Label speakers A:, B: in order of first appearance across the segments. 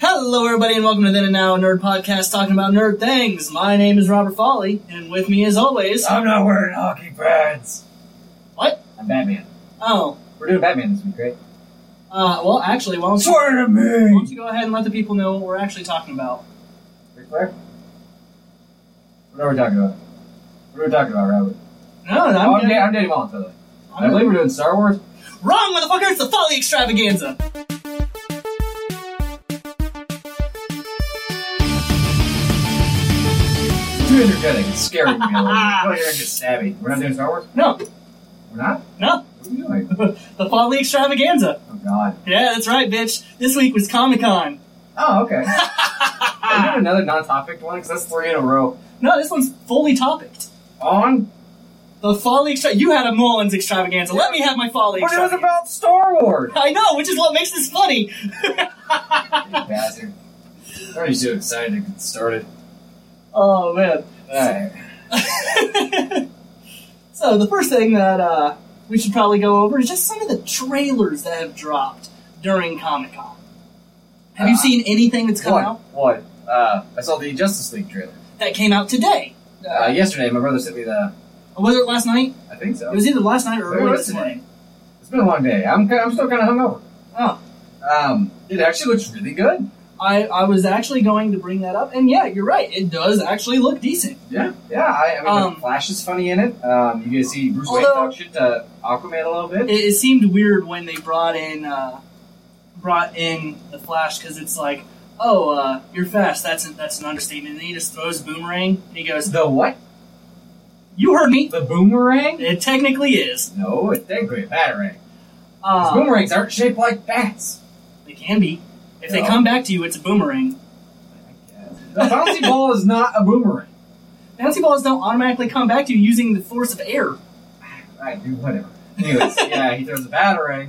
A: Hello, everybody, and welcome to Then and Now, a nerd podcast talking about nerd things. My name is Robert Foley, and with me, as always,
B: I'm not wearing hockey pads.
A: What?
B: I'm Batman.
A: oh,
B: We're doing Batman this week, right?
A: uh, well, actually, why don't, you,
B: Swear to
A: why don't
B: me.
A: you go ahead and let the people know what we're actually talking about?
B: Ric Flair? What are we talking about? What are we talking about, Robert?
A: No, no,
B: oh,
A: I'm,
B: I'm,
A: getting-
B: da- I'm Danny Valentine. I
A: I'm
B: believe we're doing Star Wars.
A: wrong, motherfucker. It's the Foley Extravaganza.
B: It's too energetic. It's scary. to me.
A: Ah.
B: Oh, you're just savvy. We're not doing Star Wars?
A: No,
B: We're not?
A: no,
B: What are we doing?
A: the Foley Extravaganza.
B: Oh, God.
A: Yeah, that's right, bitch. This week was Comic Con.
B: Oh, okay. Are we doing another non topic one? Because that's three in a row.
A: No, this one's fully topicked.
B: On?
A: The Foley Extra. You had a Mullins Extravaganza. Let me have my Foley
B: But it was
A: Extravaganza.
B: about Star Wars.
A: I know, which is what makes this funny.
B: You bastard. I'm already too excited to get started.
A: oh man.
B: Alright.
A: so the first thing that uh, we should probably go over is just some of the trailers that have dropped during Comic Con. Have you
B: Uh,
A: seen anything that's come
B: What?
A: out
B: What? Uh, I saw the Justice League trailer.
A: that came out today?
B: Uh, yesterday, my brother sent me the.
A: Was it last night?
B: I think so.
A: It was either last night or
B: Maybe it
A: early
B: was
A: this
B: today.
A: morning.
B: It's been a long day. I'm ki- I'm still kind of hungover.
A: Oh.
B: Um, it actually looks really good.
A: I, I was actually going to bring that up, and yeah, you're right. It does actually look decent.
B: Yeah. Yeah. I, I mean,
A: Um,
B: the Flash is funny in it. Um, you get to see Bruce Wayne
A: Although-
B: talk shit to Aquaman a little
A: It,
B: bit.
A: it seemed weird when they brought in uh, brought in the Flash because it's like, oh, uh, you're fast. That's an, that's an understatement. And then he just throws boomerang, and he goes,
B: The what?
A: "You heard me."
B: The boomerang?
A: It technically is.
B: No, it's technically a batarang. 'Cause
A: Uh,
B: Boomerangs aren't shaped like bats.
A: they can be. If they
B: No.
A: come back to you, it's a boomerang.
B: The bouncy ball is not a boomerang.
A: Bouncy balls don't automatically come back to you using the force of air.
B: Alright, dude, whatever. Anyways, yeah, he throws a batarang.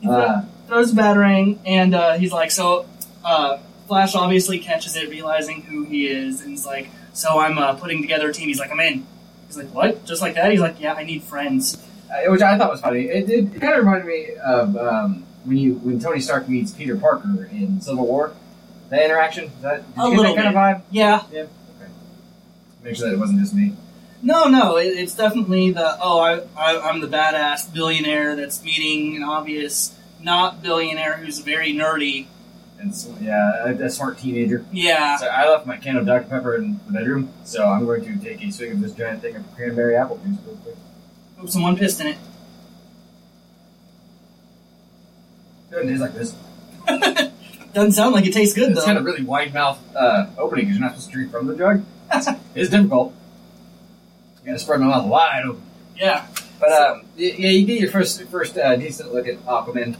A: He thro-
B: Uh,
A: throws a batarang, and uh, he's like, so uh, Flash obviously catches it, realizing who he is, and he's like, so I'm uh, putting together a team. He's like, I'm in. He's like, what? Just like that? He's like, yeah, I need friends.
B: Uh, which I thought was funny. It did it kind of reminded me of um, when you when Tony Stark meets Peter Parker in Civil War. That interaction, is that, did
A: A
B: you get
A: little
B: that kind of vibe?
A: Yeah.
B: Make sure that it wasn't just me.
A: No, no, it, it's definitely the, oh, I, I, I'm the badass billionaire that's meeting an obvious not billionaire who's very nerdy.
B: And so, yeah, a, a smart teenager.
A: Yeah.
B: So I left my can of Dr Pepper in the bedroom, so I'm going to take a swig of this giant thing of cranberry apple juice real quick.
A: Hope someone pissed in it.
B: Doesn't taste like this.
A: Doesn't sound like it tastes good
B: It's
A: though.
B: got a really wide mouth uh, opening because you're not supposed to drink from the jug. it's difficult. You got to spread my mouth wide open.
A: yeah.
B: But um, y- yeah, you get your first first uh, decent look at Aquaman,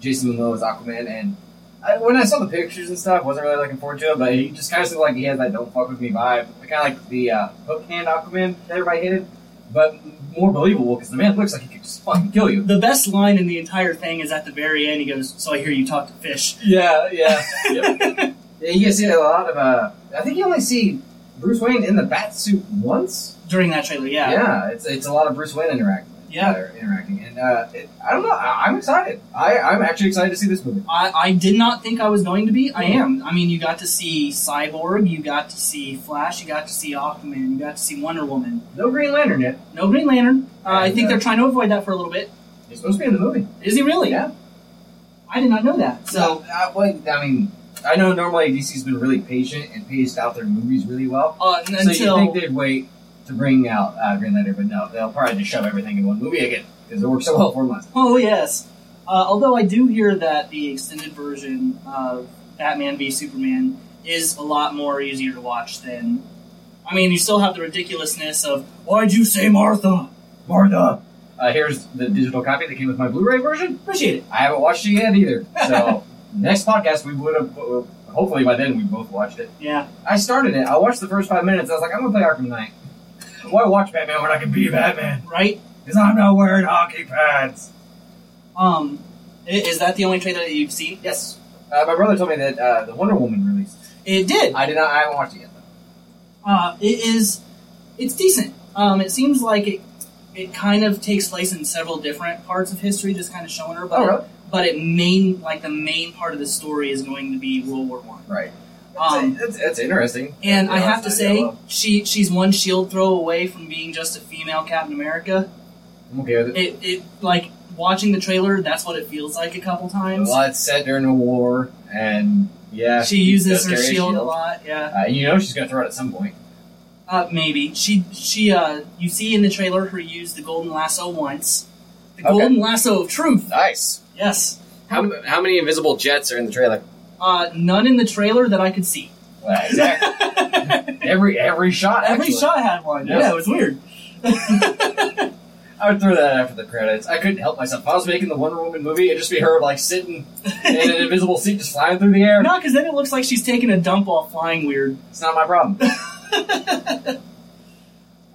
B: Jason Momoa's Aquaman, and I, when I saw the pictures and stuff, wasn't really looking forward to it. But he just kind of seemed like he had that "don't fuck with me" vibe, kind of like the uh, hook hand Aquaman that everybody hated, but more believable because the man looks like he could just fucking kill you.
A: The best line in the entire thing is at the very end. He goes, "So I hear you talk to fish."
B: Yeah, yeah. yeah you guys see a lot of. Uh, I think you only see Bruce Wayne in the bat suit once.
A: During that trailer, yeah.
B: it's it's a lot of Bruce Wayne interacting.
A: Yeah.
B: uh, interacting, and uh, it, I don't know. I, I'm excited. I I'm actually excited to see this movie.
A: I, I did not think I was going to be. I am. I mean, you got to see Cyborg, you got to see Flash, you got to see Aquaman, you got to see Wonder Woman.
B: No Green Lantern yet.
A: No Green Lantern. Uh, I think
B: Yeah.
A: they're trying to avoid that for a little bit.
B: He's supposed to be in the movie.
A: Is he really?
B: Yeah.
A: I did not know that. So
B: uh, well, I mean, I know normally DC's been really patient and paced out their movies really well.
A: uh,
B: so you
A: until
B: think they'd wait to bring out uh, Green Lantern, but no, they'll probably just shove everything in one movie again because it worked so well for them last.
A: Oh yes. Uh, although I do hear that the extended version of Batman v Superman is a lot more easier to watch than. I mean, you still have the ridiculousness of "Why'd you say Martha?"
B: Martha. Uh, here's the digital copy that came with my Blu-ray version.
A: Appreciate it.
B: I haven't watched it yet either. So next podcast we would have. Hopefully by then we both watched it.
A: Yeah.
B: I started it. I watched the first five minutes. I was like, I'm gonna play Arkham Knight. Why watch Batman when I can be Batman?
A: Right.
B: Because I'm not wearing
A: Oh,
B: hockey pads.
A: Um, i- is that the only trailer that you've seen?
B: Yes. Uh, my brother told me that uh, the Wonder Woman released.
A: It did.
B: I did not. I haven't watched it yet. Though.
A: Uh, it is. It's decent. Um, it seems like it. It kind of takes place in several different parts of history, just kind of showing her. But
B: really?
A: but it main like the main part of the story is going to be World War One.
B: Right.
A: Um,
B: that's, that's interesting.
A: And
B: Yeah,
A: I have
B: that's
A: to
B: not
A: say,
B: yellow.
A: she she's one shield throw away from being just a female Captain America.
B: I'm okay with it.
A: It, it like watching the trailer, that's what it feels like a couple times.
B: Well, it's set during a war, and yeah,
A: she
B: does
A: uses her
B: carry a
A: shield, a lot. Yeah,
B: Uh, you know she's gonna throw it at some point.
A: uh, maybe she she uh you see in the trailer her use the golden lasso once, the
B: Okay.
A: golden lasso of truth.
B: Nice.
A: Yes,
C: How, how many invisible jets are in the trailer?
A: uh, none in the trailer that I could see.
B: Well, exactly. every every shot.
A: Every
B: actually.
A: shot had one.
B: Yeah.
A: Yeah, it was weird.
B: I would throw that after the credits. I couldn't help myself. If I was making the Wonder Woman movie, it'd just be her like sitting in an invisible seat, just flying through the air.
A: No, because then it looks like she's taking a dump while flying weird.
B: It's not my problem.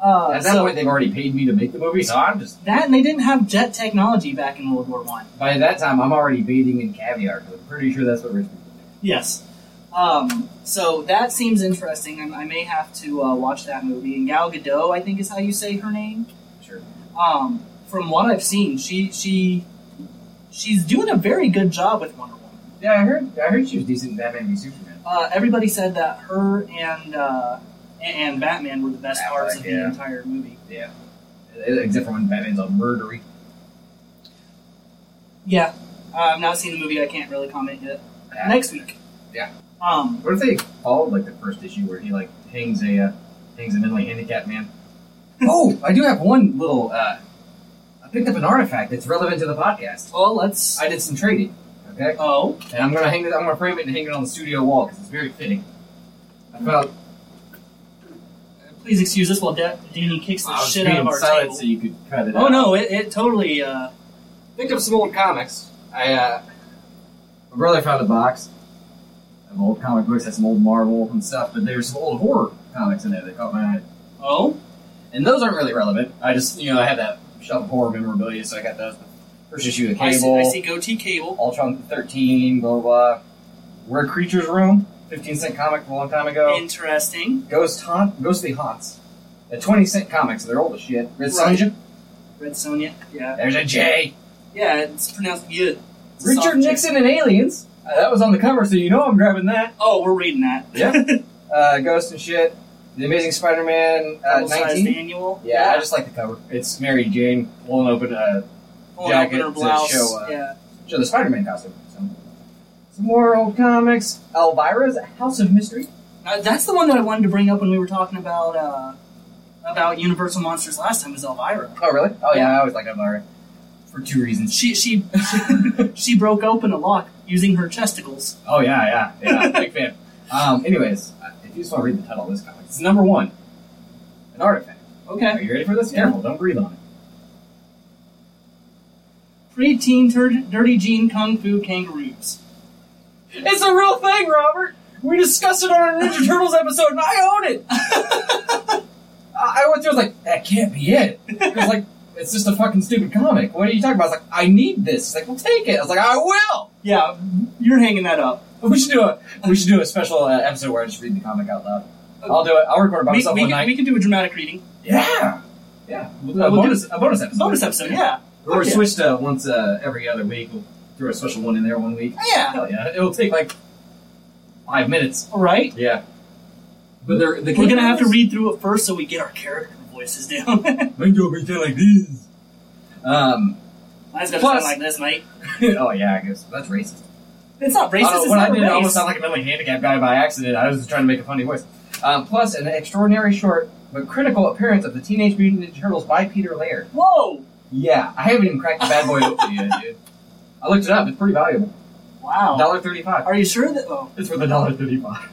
A: Uh,
B: At that
A: so-
B: point, they've already paid me to make the movie, so I'm just
A: that and they didn't have jet technology back in World War One.
B: by that time I'm already bathing in caviar. 'cause I'm pretty sure that's what rich people do.
A: Yes. Um, so that seems interesting, and I may have to uh, watch that movie. And Gal Gadot, I think, is how you say her name.
B: Sure.
A: Um, from what I've seen, she she she's doing a very good job with Wonder Woman.
B: Yeah, I heard. I heard she was decent in Batman v Superman.
A: Uh, everybody said that her and uh, a- and Batman were the best
B: Batman,
A: parts of the
B: yeah.
A: entire movie.
B: e-, Except for when Batman's a murdery.
A: Yeah, uh, I've not seen the movie. I can't really comment yet. Next week.
B: Yeah.
A: Um.
B: What if they followed like the first issue where he like hangs a uh, hangs a mentally handicapped man? oh, I do have one little. Uh, I picked up an artifact that's relevant to the podcast.
A: Well, let's.
B: I did some trading. Okay,
A: oh.
B: and I'm gonna hang it. I'm gonna frame it and hang it on the studio wall because it's very fitting. I felt
A: Please excuse us while Da- Danny kicks the
B: I was
A: shit out of
B: being
A: our
B: silent
A: table.
B: so you could cut it.
A: Oh
B: out.
A: no, it, it totally. Uh,
B: Picked up some old comics. I uh, my brother found a box of old comic books. Had some old Marvel and stuff, but there were some old horror comics in there that caught my eye.
A: oh,
B: And those aren't really relevant. I just, you know, I had that shelf of horror memorabilia, so I got those. First issue of
A: I see,
B: Cable,
A: I see goatee cable.
B: Ultron 13, blah, blah, blah. Rare Creatures Room, 15 cent comic from a long time ago.
A: Interesting.
B: Ghost Haunt, Ghostly Haunts. A 20 cent comic, so they're old as shit. Red
A: Right.
B: Sonja,
A: Red Sonja. Yeah,
B: there's a J.
A: yeah, it's pronounced good. It's a soft
B: Richard
A: J.
B: Nixon and Aliens. Uh, that was on the cover, so you know I'm grabbing that.
A: Oh, we're reading that.
B: Yeah. Uh, Ghost and shit. The Amazing Spider-Man uh,
A: Double-sized
B: 19.
A: annual.
B: Yeah, I just like the cover. It's Mary Jane pulling open a
A: Pulling open
B: jacket
A: her
B: to
A: blouse.
B: show, uh,
A: yeah.
B: Show the Spider-Man costume. Some, some more old comics. Elvira's House of Mystery.
A: Uh, that's the one that I wanted to bring up when we were talking about uh, about Universal monsters last time was Elvira.
B: Oh, really? Oh, yeah.
A: Yeah.
B: I always like Elvira for two reasons.
A: She she she broke open a lock using her chesticles.
B: Oh, yeah, yeah, yeah. Big fan. Um, anyways, uh, if you just want to read the title of this comic, it's number one, an artifact.
A: Okay.
B: Are you ready for this?
A: Yeah.
B: Careful, don't breathe on it.
A: Preteen tur- dirty jean kung fu kangaroos.
B: It's a real thing, Robert. We discussed it on our Ninja Turtles episode, and I own it. I I went through. I was like, that can't be it. It was like, it's just a fucking stupid comic. What are you talking about? I was like, I need this. It's like, well, take it. I was like, I will.
A: Yeah, you're hanging that up.
B: We should do a we should do a special uh, episode where I just read the comic out loud. I'll do it. I'll record it by
A: We,
B: myself
A: we
B: one
A: could,
B: night.
A: we could do a dramatic reading.
B: yeah, yeah. We'll do a,
A: We'll do
B: bonus, a bonus episode.
A: Bonus episode, yeah.
B: Or we'll
A: Okay.
B: switch to once uh, every other week. We'll throw a special one in there one week.
A: Yeah.
B: Hell yeah! It'll take like five minutes.
A: All right.
B: Yeah. But they're, the
A: We're going to have to read through it first so we get our character voices down. Mine's
B: They do it like this. Um.
A: going to sound
B: Plus-
A: like this, mate.
B: oh yeah, I guess that's racist.
A: It's not racist,
B: I don't know,
A: it's
B: Uh,
A: not
B: when I did,
A: a
B: I almost
A: race.
B: sound like a mentally handicapped guy by accident. I was just trying to make a funny voice. Um, plus, an extraordinary short but critical appearance of the Teenage Mutant Ninja Turtles by Peter Laird.
A: Whoa!
B: Yeah, I haven't even cracked the bad boy open yet, dude. I looked it up; it's pretty valuable.
A: Wow.
B: Dollar thirty-five.
A: Are you sure that... Oh.
B: It's worth a dollar thirty-five.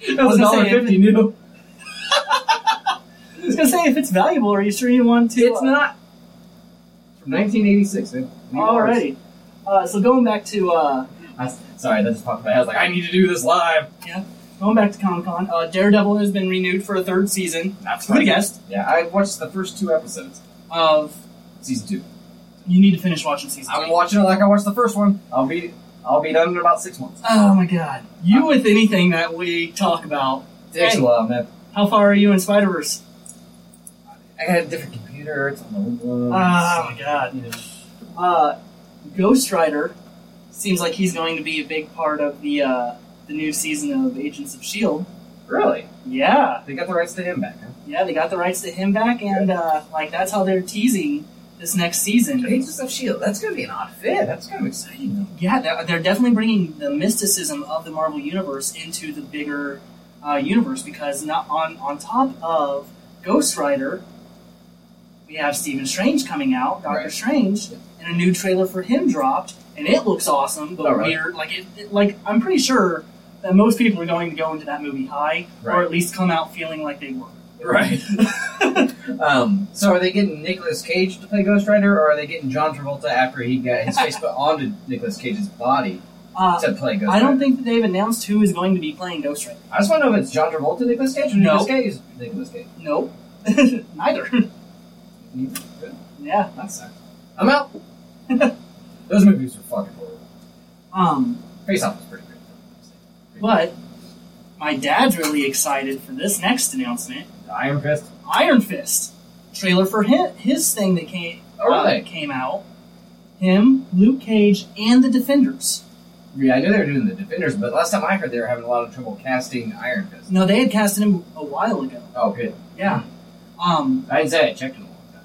B: It
A: was
B: was
A: gonna
B: a dollar
A: say,
B: fifty new.
A: I was going to say, if it's valuable, are you sure you want to... uh,
B: It's not. It's From 1986, man. New dollars.
A: Alrighty. Uh, so going back to... Uh,
B: I s- sorry, that just popped in my head. I was like, I need to do this live.
A: going back to Comic-Con, uh, Daredevil has been renewed for a third season.
B: That's
A: Who would have guessed?
B: Yeah, I watched the first two episodes,
A: Of...
B: season two.
A: You need to finish watching season
B: I'm
A: three.
B: watching it like I watched the first one. I'll be I'll be done in about six months.
A: Oh my god. You with anything that we talk about.
B: Takes
A: Hey.
B: a while, man.
A: How far are you in Spider-Verse?
B: Oh, I got a different computer. It's on the old one.
A: Ah, Uh, my God.
B: You know.
A: Uh, Ghost Rider seems like he's going to be a big part of the uh, the new season of Agents of Shield.
B: Really?
A: E Yeah,
B: They got the rights to him back, huh?
A: yeah, they got the rights to him back, and uh, like that's how they're teasing this next season.
B: Agents of S.H.I.E.L.D. E That's going to be an odd fit. That's kind of exciting, though.
A: Yeah, they're, they're definitely bringing the mysticism of the Marvel universe into the bigger uh, universe because not on on top of Ghost Rider, we have Stephen Strange coming out, Doctor
B: Right.
A: Strange, and a new trailer for him dropped, and it looks awesome, but
B: Oh, really?
A: weird. Like it, it- like I'm pretty sure that most people are going to go into that movie high, or
B: Right.
A: at least come out feeling like they were.
B: Right. um, so are they getting Nicolas Cage to play Ghost Rider, or are they getting John Travolta after he got his face put onto Nicolas Cage's body
A: Uh,
B: to play Ghost
A: I don't
B: Rider?
A: think that they've announced who is going to be playing Ghost Rider.
B: I just want to know if it's John Travolta, Nicolas Cage, or
A: No.
B: Nicolas Cage, Nicolas Cage.
A: No, neither.
B: Good.
A: yeah.
B: That sucks. I'm out. Those movies were fucking horrible.
A: Um,
B: Face Off was pretty good.
A: but my dad's really excited for this next announcement.
B: Iron Fist.
A: Iron Fist trailer for his, his thing that came
B: Oh, really?
A: uh, came out. Him, Luke Cage, and the Defenders.
B: Yeah, I knew they were doing the Defenders, but last time I heard they were having a lot of trouble casting Iron Fist.
A: No, they had casted him a while ago.
B: Oh, good.
A: Yeah. Um,
B: I didn't say I checked in a long time.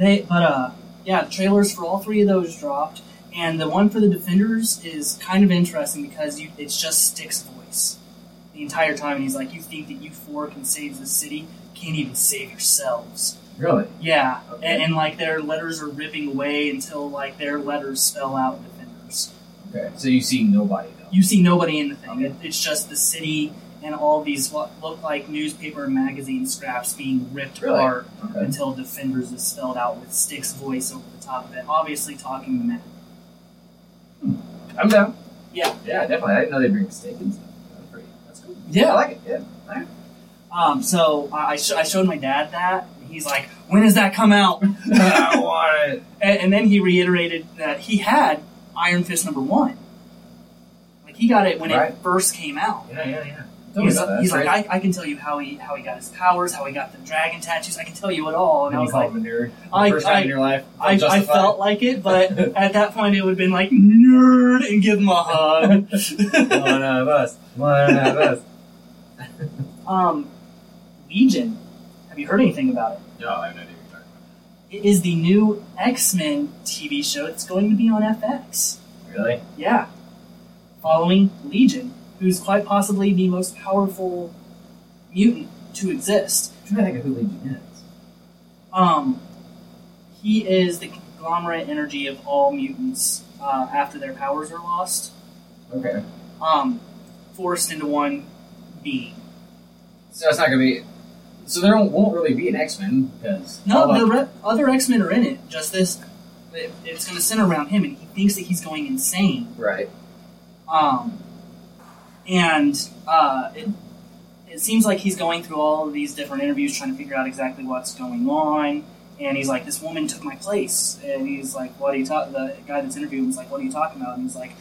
A: They, but uh, yeah, trailers for all three of those dropped, and the one for the Defenders is kind of interesting because you, it's just Stick's voice the entire time, and he's like, "You think that you four can save this city? Can't even save yourselves."
B: Really?
A: Yeah,
B: Okay.
A: and, and like their letters are ripping away until like their letters spell out Defenders.
B: Okay. So you see nobody though.
A: You see nobody in the thing. It, it's just the city and all these what look like newspaper and magazine scraps being ripped
B: Really?
A: apart
B: Okay.
A: until Defenders is spelled out with Stick's voice over the top of it, obviously talking to Matt.
B: I'm down.
A: Yeah.
B: Yeah, definitely. I didn't know they bring steak and stuff. That's pretty. That's cool. I like it. Yeah. Alright.
A: Um, so I, I sh- I showed my dad that. and He's like, when does that come out? and,
B: I want it.
A: and then he reiterated that he had Iron Fist number one. Like he got it when
B: Right.
A: it first came out.
B: Yeah, yeah, yeah. Tell me
A: He's,
B: about that.
A: he's
B: That's
A: like, I, I can tell you how he how he got his powers, how he got the dragon tattoos. I can tell you it all. And
B: Then you
A: I was
B: call
A: like,
B: him a nerd.
A: I-
B: First time
A: I-
B: in your life.
A: I, I
B: Justified.
A: felt like it, but at that point it would have been like nerd and give him a hug.
B: one of us. One of us.
A: Um, Legion. Have you heard anything about it?
B: No, I have no idea what you're talking
A: It is the new X Men TV show that's going to be on FX.
B: about. Really?
A: Yeah. Following Legion, who's quite possibly the most powerful mutant to exist.
B: I'm trying to think of who Legion is.
A: Um, he is the conglomerate energy of all mutants uh, after their powers are lost,
B: Okay.
A: um, forced into one being.
B: So it's not gonna be. So there won't- won't really be an X Men because
A: No,
B: although-
A: the re- other X Men are in it. Just this, it, it's going to center around him, and he thinks that he's going insane.
B: right.
A: Um, and uh, it, it seems like he's going through all of these different interviews, trying to figure out exactly what's going on. And he's like, "This woman took my place." And he's like, "What are you talking?" The guy that's interviewing is like, "What are you talking about?" And he's like,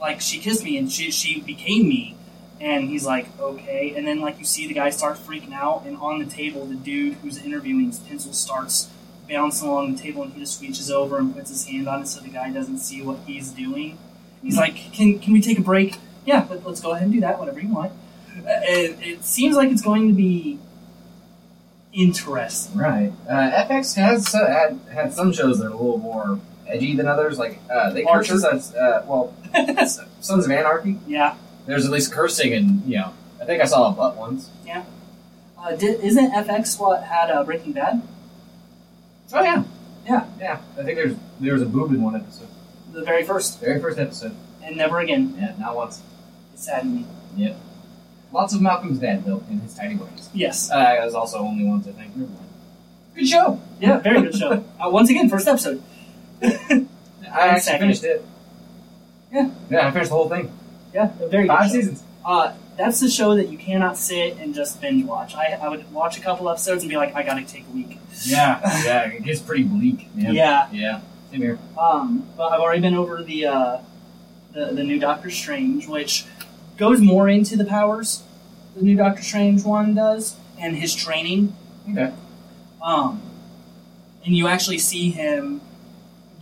A: "Like she kissed me, and she she became me." And he's like, "Okay." And then like you see the guy start freaking out, and on the table, the dude who's interviewing his pencil starts bouncing along the table, and he just reaches over and puts his hand on it so the guy doesn't see what he's doing. He's like, "Can can we take a break? Yeah, let, let's go ahead and do that. Whatever you want." Uh, It, it seems like it's going to be interesting.
B: Right. Uh, FX has uh, had had some shows that are a little more edgy than others. Like uh, they
A: Archer.
B: curses us. Uh, well, Sons of Anarchy.
A: yeah.
B: There's at least cursing, and you know, I think I saw a butt once.
A: Uh, di isn't FX what had uh, Breaking Bad?
B: Oh yeah,
A: Yeah.
B: yeah. I think there's there was a boob in one episode,
A: The very first,
B: very first episode.
A: and never again.
B: Yeah, not once.
A: It saddened me.
B: Lots of Malcolm's dad though in his tiny ways.
A: Yes.
B: Uh, it was also only once I think. Never mind. Good show.
A: Yeah. Very good show. Uh, once again, first episode.
B: I actually
A: second.
B: finished it.
A: Yeah.
B: Yeah, I finished the whole thing.
A: yeah. A very good
B: Five
A: show.
B: seasons.
A: Uh, that's the show that you cannot sit and just binge watch. I, I would watch a couple episodes and be like, I gotta take a week.
B: Yeah, yeah. It gets pretty bleak. Man.
A: yeah.
B: Yeah. Same here.
A: Um, but I've already been over the, uh, the the new Doctor Strange, which goes more into the powers. The new Doctor Strange one does, and his training.
B: Okay.
A: Um, and you actually see him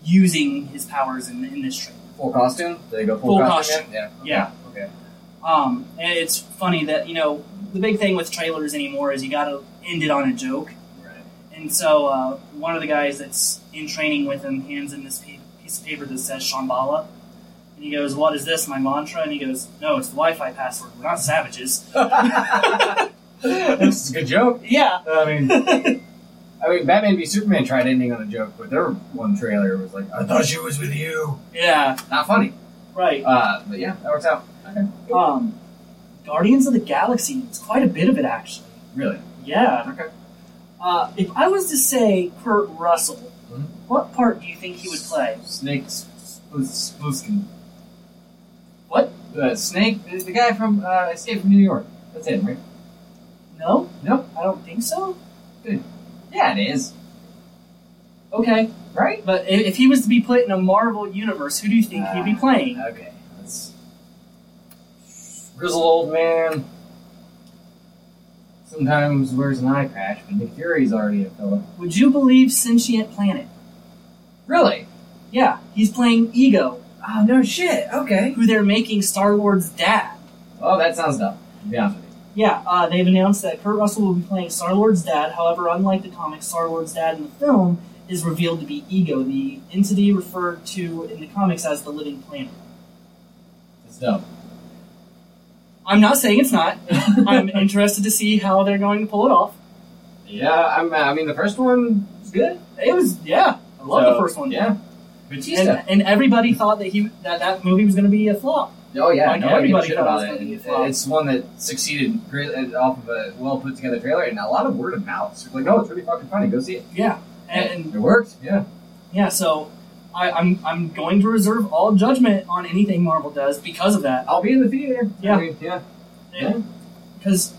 A: using his powers in, in this trailer.
B: Full costume? Did they go full,
A: Full
B: costume? yet?
A: Yeah.
B: Yeah. Okay.
A: Um, and it's funny that you know the big thing with trailers anymore is you got to end it on a joke.
B: Right.
A: And so uh, one of the guys that's in training with him hands him this pa- piece of paper that says Shambhala. And he goes, What is this, my mantra? And he goes, No, it's the Wi Fi password. We're not savages.
B: this is a good joke.
A: Yeah.
B: I mean,
A: yeah.
B: I mean, Batman v Superman tried ending on a joke, but their one trailer was like, "I thought she was with you." Not funny.
A: Right.
B: Uh, but yeah, that works out. Okay.
A: Um, Guardians of the Galaxy. It's quite a bit of it, actually.
B: Really?
A: Yeah.
B: Okay.
A: Uh, if I was to say Kurt Russell,
B: Mhm.
A: what part do you think he would play?
B: Snake's Spooskin.
A: What?
B: Uh, Snake, the the guy from uh, Escape from New York. That's him, right?
A: No?
B: Nope.
A: I don't think so.
B: Yeah, it is.
A: Okay.
B: Right?
A: But i- if he was to be put in a Marvel universe, who do you think he'd be
B: Ah,
A: playing?
B: Okay. That's grizzled old man. Sometimes wears an eye patch, but Nick Fury's already a fella.
A: Would you believe Sentient Planet?
B: Really?
A: Yeah, he's playing Ego,
B: Oh no shit. Okay.
A: who they're making Star Lord's dad.
B: Oh, that sounds dumb. To be honest with you.
A: Yeah, uh, they've announced that Kurt Russell will be playing Star Lord's dad. However, unlike the comics, Star Lord's dad in the film is revealed to be Ego, the entity referred to in the comics as the Living Planet.
B: It's dumb.
A: I'm not saying it's not. I'm interested to see how they're going to pull it off.
B: yeah, I'm, uh, I mean the first one was good.
A: It was yeah, I love the
B: So,
A: first one.
B: Yeah.
A: and, and everybody thought that he that that movie was going to be a flop.
B: oh yeah,
A: Like,
B: nobody
A: everybody
B: gives a shit
A: thought
B: about
A: it was
B: it.
A: gonna be a
B: It-
A: flop.
B: It's one that succeeded greatly off of a well put together trailer and a lot of word of mouth. So like, oh, it's really fucking funny. Go see it.
A: Yeah, and,
B: it worked. Yeah.
A: yeah, so I, I'm I'm going to reserve all judgment on anything Marvel does because of that.
B: I'll be in the theater.
A: Yeah.
B: I mean, yeah. Yeah.
A: Because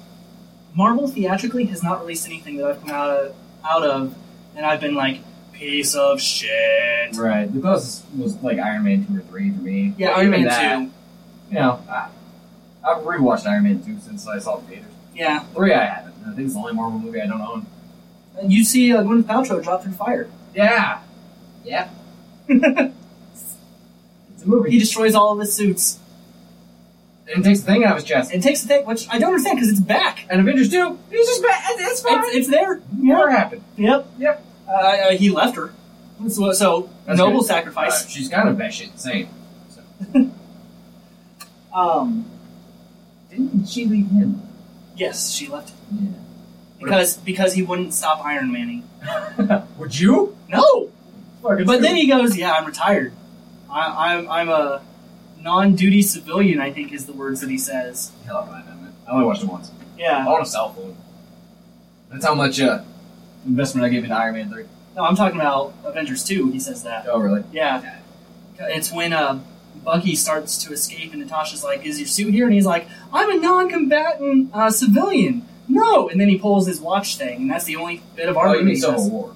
A: Marvel theatrically has not released anything that I've come out of, out of, and I've been like piece of shit.
B: Right. The closest was like Iron Man two or three for me.
A: Yeah,
B: But
A: Iron
B: even
A: Man
B: that,
A: two.
B: You know, I, I've rewatched Iron Man two since I saw it in theaters.
A: Yeah,
B: Three, I haven't. I think it's the only Marvel movie I don't own.
A: and you see uh, Gwyneth Paltrow drop through fire.
B: Yeah. Yeah. It's a movie.
A: he destroys all of his suits
B: And takes the thing out of his chest.
A: and takes the thing, which I don't understand because it's back.
B: And Avengers two. He's just bad. It's fine.
A: It's, it's there.
B: Never happened.
A: Yep.
B: Yep.
A: Uh, uh, he left her. So, so
B: That's
A: noble
B: good.
A: sacrifice.
B: Uh, she's kind of batshit insane. So.
A: Um,
B: Didn't she leave him?
A: yes, she left him.
B: Yeah.
A: because because he wouldn't stop Iron Manning.
B: Would you?
A: No,
B: Fucking
A: but then
B: stupid.
A: he goes, "Yeah, I'm retired. I, I'm I'm a non-duty civilian." I think is the words that he says.
B: Hell, I don't know, man. I only watched it once. I
A: Yeah.
B: want a cell phone. That's how much uh, investment I gave into Iron Man 3.
A: No, I'm talking about Avengers Two. He says that.
B: Oh, really?
A: Yeah, it's when uh, Bucky starts to escape, and Natasha's like, "Is your suit here?" And he's like, "I'm a non-combatant uh, civilian." No, and then he pulls his watch thing, and that's the only bit of
B: Oh,
A: armor
B: you mean
A: he does.
B: Civil War?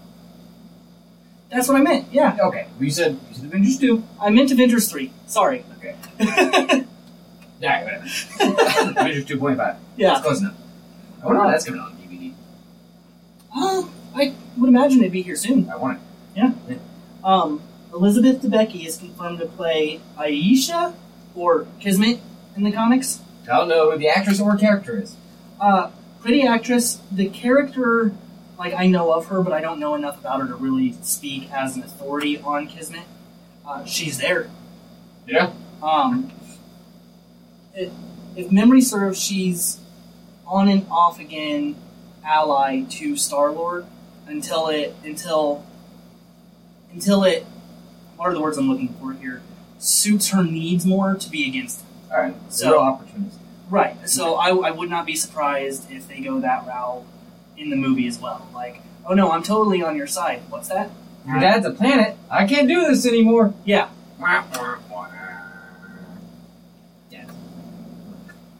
A: That's what I meant. Yeah,
B: Okay. Well, you said you said Avengers 2.
A: I meant Avengers Three. Sorry.
B: Okay.
A: Okay.
B: Yeah, whatever. Avengers 2.5.
A: yeah.
B: That's close enough. I wonder when that's coming out on DVD.
A: Uh, I would imagine it'd be here soon.
B: I want it.
A: Um, Elizabeth Debicki is confirmed to play Aisha or Kismet in the comics.
B: I don't know who the actress or character is.
A: Uh, pretty actress. The character, like I know of her, but I don't know enough about her to really speak as an authority on Kismet. Uh, she's there.
B: Yeah?
A: Um, it, if memory serves, she's on and off again ally to Star Lord until it until until it. What are the words I'm looking for here? Suits her needs more to be against him.
B: Alright.
A: So-
B: Real opportunist.
A: Right. So I, I would not be surprised if they go that route in the movie as well. Like, oh no, I'm totally on your side. What's that?
B: Your dad's a planet. I can't do this anymore.
A: Yeah.
B: Wah, wah, wah.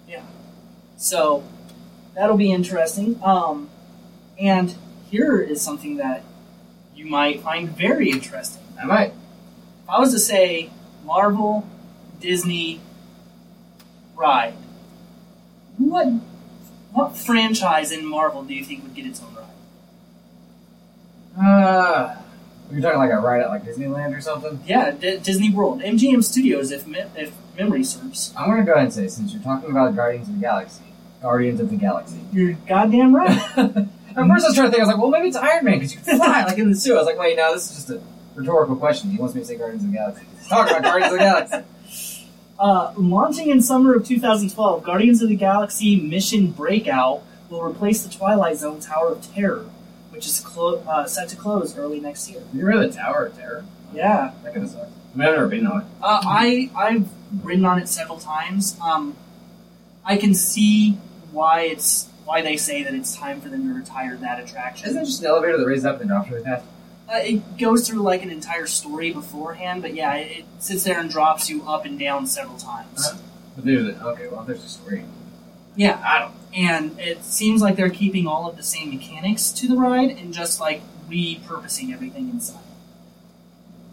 B: Yeah.
A: So that'll be interesting. Um, and here is something that you might find very interesting.
B: I might.
A: If I was to say Marvel, Disney, ride, what what franchise in Marvel do you think would get its own ride?
B: Uh, You're talking like a ride at like Disneyland or something.
A: Yeah, D- Disney World, MGM Studios, if me- if memory serves.
B: I'm gonna go ahead and say since you're talking about Guardians of the Galaxy, Guardians of the Galaxy.
A: You're goddamn right.
B: At first, I was trying to think. I was like, well, maybe it's Iron Man because you can fly like in the suit. I was like, wait, no, this is just a rhetorical question. He wants me to say Guardians of the Galaxy. Let's talk about Guardians of the Galaxy.
A: Uh, launching in summer of 2012, Guardians of the Galaxy Mission Breakout will replace the Twilight Zone Tower of Terror, which is clo- uh, set to close early next year.
B: You remember the Tower of Terror?
A: Yeah,
B: That kind of sucks. I mean, I've never been on it.
A: uh, I I've ridden on it several times. Um, I can see why it's why they say that it's time for them to retire that attraction.
B: Isn't it just an elevator that raises up and drops really fast?
A: Uh, it goes through like an entire story beforehand, but yeah, it, it sits there and drops you up and down several times.
B: Uh-huh. But there's a, okay, well, there's a story.
A: Yeah,
B: I don't.
A: and it seems like they're keeping all of the same mechanics to the ride and just like repurposing everything inside.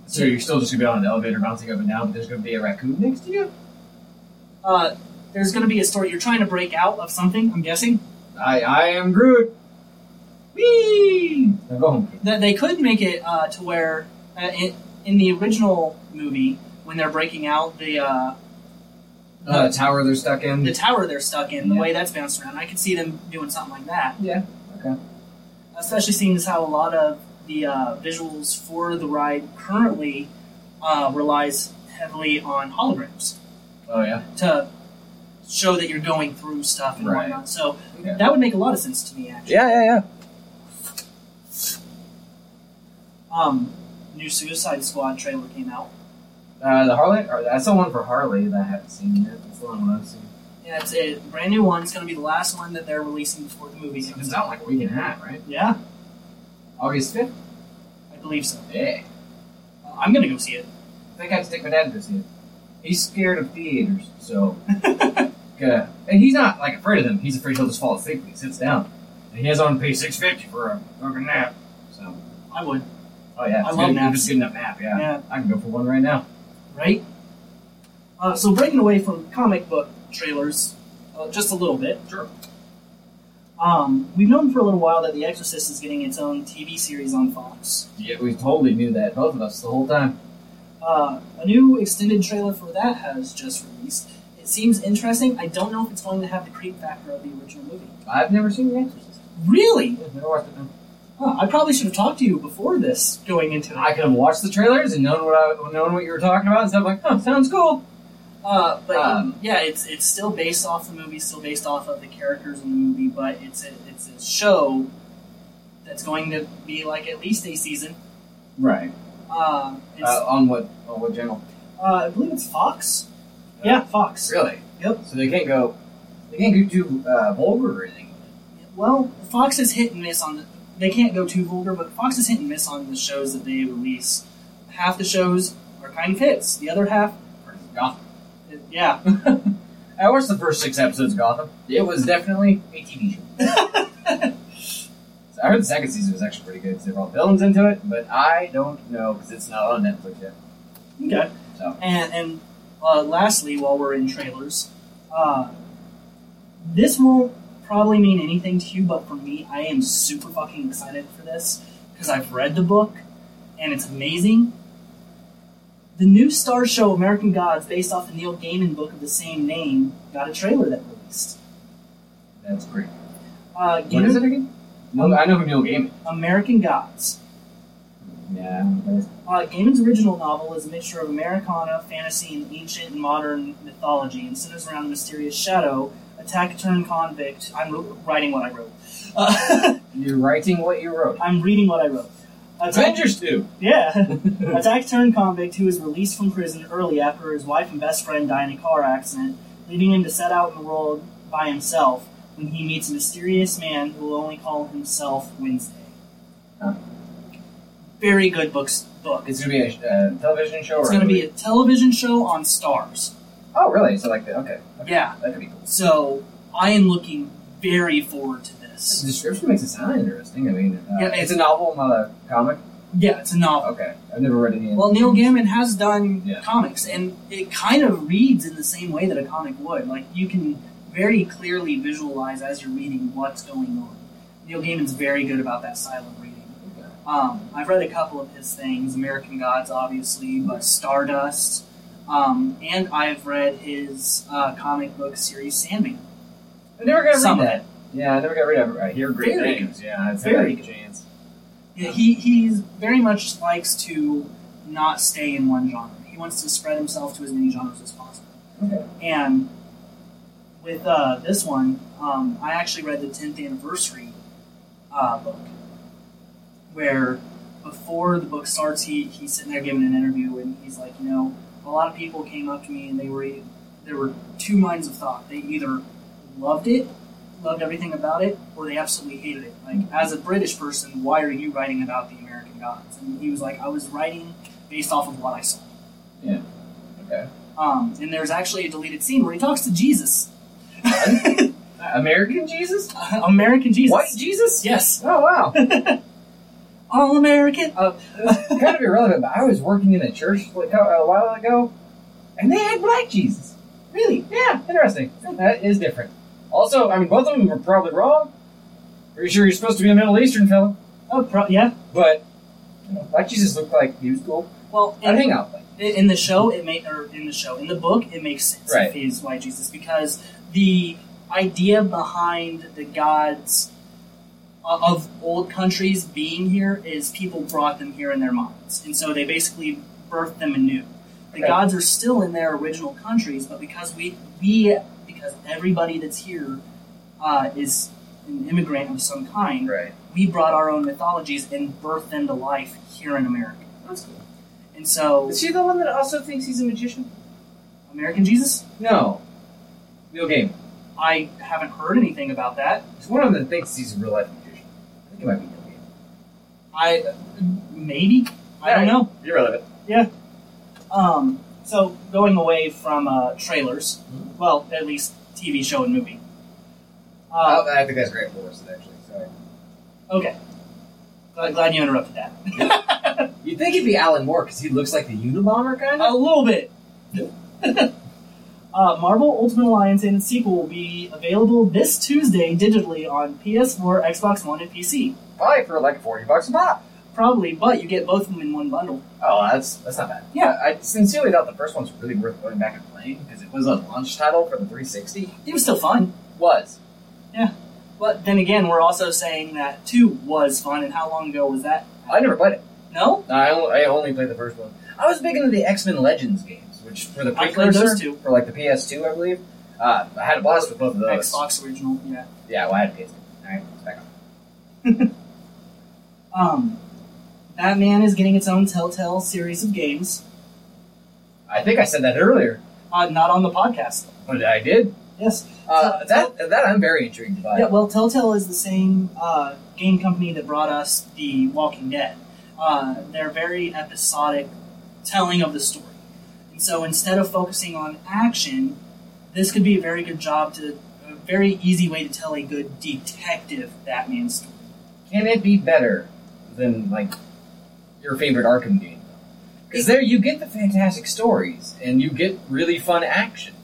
B: So you're still just gonna be on an elevator bouncing up and down, but there's gonna be a raccoon next to you?
A: Uh, there's going to be a story. You're trying to break out of something. I'm guessing
B: I I am Groot. Whee! Now go home.
A: that they could make it uh, to where uh, in, in the original movie when they're breaking out the uh,
B: Uh, tower they're stuck in.
A: the tower they're stuck in, the
B: Yeah.
A: way that's bounced around, I could see them doing something like that.
B: yeah. Okay.
A: especially seeing as how a lot of the uh, visuals for the ride currently uh, relies heavily on holograms
B: Oh yeah.
A: to show that you're going through stuff and
B: Right.
A: whatnot. So
B: Yeah.
A: that would make a lot of sense to me, actually.
C: Yeah, yeah, yeah.
A: Um, new Suicide Squad trailer came out.
B: Uh, the Harley. Or, I saw one for Harley that I haven't seen yet. That's the only one I've seen.
A: Yeah, it's a brand new one. It's going to be the last one that they're releasing before the movie comes out.
B: like a week and a half, right?
A: Yeah,
B: August fifth.
A: I believe so.
B: Yeah.
A: Uh, I'm going to go see it.
B: I think I have to take my dad to see it. He's scared of theaters, so yeah. And he's not like afraid of them. He's afraid he'll just fall asleep when he sits down. And he has on pay six fifty for a fucking nap. So
A: I would,
B: oh yeah,
A: I
B: it's
A: love
B: good.
A: naps.
B: Just good enough nap. Yeah.
A: Yeah.
B: I can go for one right now.
A: right? Uh, so breaking away from comic book trailers uh, just a little bit.
B: Sure.
A: Um, we've known for a little while that The Exorcist is getting its own TV series on Fox.
B: Yeah, we totally knew that, both of us, the whole time.
A: Uh, a new extended trailer for that has just released. It seems interesting. I don't know if it's going to have the creep factor of the original movie.
B: I've never seen The Exorcist.
A: Really?
B: I've never watched it. no.
A: Huh, I probably should have talked to you before this going into it.
B: I could have watched the trailers and known what I known what you were talking about and stuff like, oh, sounds cool.
A: Uh, but
B: Um,
A: yeah, it's it's still based off the movie, still based off of the characters in the movie, but it's a it's a show that's going to be like at least a season.
B: Right.
A: Um, it's,
B: Uh, on what on what channel?
A: uh, I believe it's Fox. Yeah, Fox.
B: Really?
A: Yep.
B: So they can't go. They can't go do uh, vulgar or anything.
A: Well, Fox is hit and miss on the. They can't go too vulgar, but Fox is hit and miss on the shows that they release. Half the shows are kind of hits. The other half,
B: Or Gotham.
A: yeah.
B: I watched the first six episodes of Gotham. It was definitely a TV show. So I heard the second season was actually pretty good. 'cause They brought villains into it, but I don't know because it's not on Netflix yet.
A: Okay.
B: So.
A: And and uh, lastly, while we're in trailers, uh, this won't probably mean anything to you, but for me, I am super fucking excited for this because I've read the book and it's amazing. The new star show American Gods, based off the Neil Gaiman book of the same name, got a trailer that released.
B: That's great.
A: Uh,
B: What is it again? No, I know who Neil Gaiman.
A: American Gods.
B: Yeah.
A: Uh, Gaiman's original novel is a mixture of Americana, fantasy, and ancient and modern mythology, and centers around a mysterious shadow, attack turned convict. I'm re- writing what I wrote. Uh,
B: You're writing what you wrote.
A: I'm reading what I wrote. Attack,
B: Avengers 2.
A: yeah,
B: That's
A: attack turned convict who is released from prison early after his wife and best friend die in a car accident, leaving him to set out in the world by himself. When he meets a mysterious man who will only call himself Wednesday.
B: Huh.
A: Very good books book.
B: It's going to be a uh, television show?
A: It's
B: or
A: going to
B: movie?
A: be a television show on Stars.
B: Oh, really? So, like, the, okay. okay.
A: Yeah.
B: That could be cool.
A: So I am looking very forward to
B: The
A: this.
B: description makes it sound interesting. I mean, uh,
A: Yeah,
B: it's a novel, not a comic.
A: Yeah, it's a novel.
B: Okay. I've never read any.
A: Well, Neil Gaiman has done
B: Mm-hmm. Yeah.
A: comics, and it kind of reads in the same way that a comic would. Like you can very clearly visualize as you're reading what's going on. Neil Gaiman's very good about that style of reading.
B: Okay.
A: Um, I've read a couple of his things, American Gods, obviously, but Stardust, um, and I've read his uh, comic book series Sandman.
B: I never got
A: Some
B: read
A: of
B: that. Yeah, I never got rid of it. I hear great
A: Very
B: things. Yeah, I haven't
A: Very
B: had a chance.
A: Yeah, he he's very much likes to not stay in one genre. He wants to spread himself to as many genres as possible.
B: Okay.
A: And with uh, this one, um, I actually read the 10th anniversary uh, book, where before the book starts, he, he's sitting there giving an interview, and he's like, you know, a lot of people came up to me, and they were there were two minds of thought. They either loved it, loved everything about it, or they absolutely hated it. Like, as a British person, why are you writing about the American gods? And he was like, I was writing based off of what I saw.
B: Okay.
A: Um, and there's actually a deleted scene where he talks to Jesus,
B: Uh, American Jesus?
A: American Jesus.
B: White Jesus?
A: Yes,
B: Oh wow.
A: all American. Uh,
B: It's kind of irrelevant, but I was working in a church like a while ago, and they had black Jesus. Really? Yeah, interesting. That is different. Also, I mean, both of them were probably wrong. Pretty sure you're supposed to be a Middle Eastern fella,
A: oh, pro- yeah.
B: but you know, black Jesus looked like he was cool.
A: Well,
B: I'd
A: in,
B: hang out with him.
A: in the show, it may or in the show in the book, it makes sense
B: Right.
A: if he's white Jesus because the idea behind the gods o- of old countries being here is people brought them here in their minds, and so they basically birthed them anew. The
B: Okay.
A: gods are still in their original countries, but because we we because everybody that's here uh, is an immigrant of some kind.
B: Right.
A: we brought our own mythologies and birthed them to life here in America.
B: That's cool.
A: And so,
B: Is he the one that also thinks he's a magician?
A: American Jesus,
B: No. Neil Gaiman.
A: I haven't heard anything about that.
B: It's one of them that thinks he's a real life magician. I think it might be Neil
A: I
B: Gaiman.
A: maybe I don't know.
C: Irrelevant.
A: Um, so going away from uh, trailers,
B: Mhm.
A: well, at least TV show and movie. Uh,
B: Oh, I think that's great for us, actually. Sorry.
A: okay, glad, glad you interrupted that.
B: You'd think it'd be Alan Moore because he looks like the Unabomber kind of.
A: A little bit. uh, Marvel Ultimate Alliance and its sequel will be available this Tuesday digitally on PS4, Xbox One, and PC.
B: Oh, Probably for like forty bucks a pop.
A: Probably, but you get both of them in one bundle.
B: Oh, that's that's not bad. Yeah, I sincerely thought the first one's really worth going back and playing because it was a launch title for the 360.
A: It was still fun.
B: Was
A: But then again, we're also saying that 2 was fun, and how long ago was that?
B: I never played it.
A: No?
B: I only, I only played the first one. I was big into the X Men Legends games, which were the
A: I played
B: precursor
A: those two.
B: for like the PS2, I believe. Uh, I had a blast with both of those.
A: Xbox original, yeah.
B: Yeah, well, I had a PS2. All right, it's back on.
A: Um, Batman is getting its own Telltale series of games.
B: I think I said that earlier,
A: Uh, not on the podcast.
B: but I did.
A: Yes.
B: Uh, that that I'm very intrigued by.
A: Yeah, well, Telltale is the same uh, game company that brought us The Walking Dead. Uh, they're very episodic telling of the story. And so instead of focusing on action, this could be a very good job to, a very easy way to tell a good detective Batman story.
B: Can it be better than like your favorite Arkham game? Because there you get the fantastic stories and you get really fun action.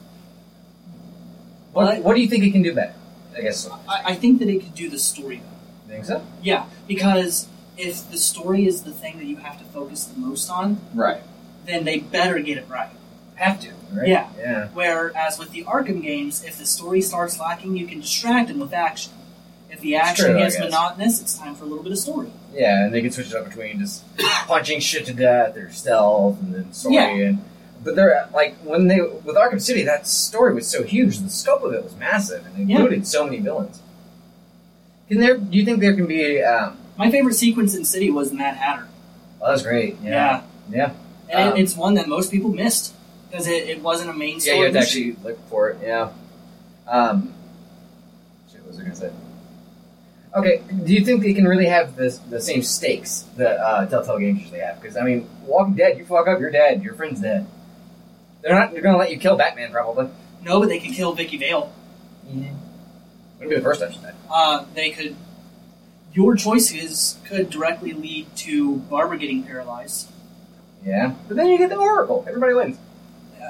B: What,
A: But-
B: what do you think it can do better? I guess so.
A: I, I think that it could do the story better.
B: think so.
A: Yeah, because if the story is the thing that you have to focus the most on,
B: Right.
A: then they better get it right.
B: Have to. Right.
A: Yeah.
B: Yeah.
A: Whereas with the Arkham games, if the story starts lacking, you can distract them with action. If the
B: It's
A: action
B: true, I
A: gets
B: guess.
A: monotonous, it's time for a little bit of story.
B: Yeah, and they can switch it up between just punching shit to death or stealth and then story
A: Yeah.
B: and but they're like when they with Arkham City that story was so huge the scope of it was massive and
A: Yeah.
B: included so many villains. Can there do you think there can be um
A: My favorite sequence in City was the Mad Hatter.
B: well, that was great. Yeah.
A: And it-
B: Um,
A: it's one that most people missed because it, it wasn't a main
B: Yeah,
A: story.
B: you have to
A: mission.
B: actually look for it. Yeah. Um, shit, what was I gonna say? Okay, do you think they can really have this, the same stakes that uh, Telltale games usually have? Because I mean, Walking Dead, you fuck up, you're dead. Your friend's dead. They're not. They're gonna let you kill Batman probably.
A: No, but they could kill Vicky Vale.
B: It'll be the first time she's dead.
A: Uh, they could. Your choices could directly lead to Barbara getting paralyzed.
B: Yeah, but then you get the Oracle. Everybody wins.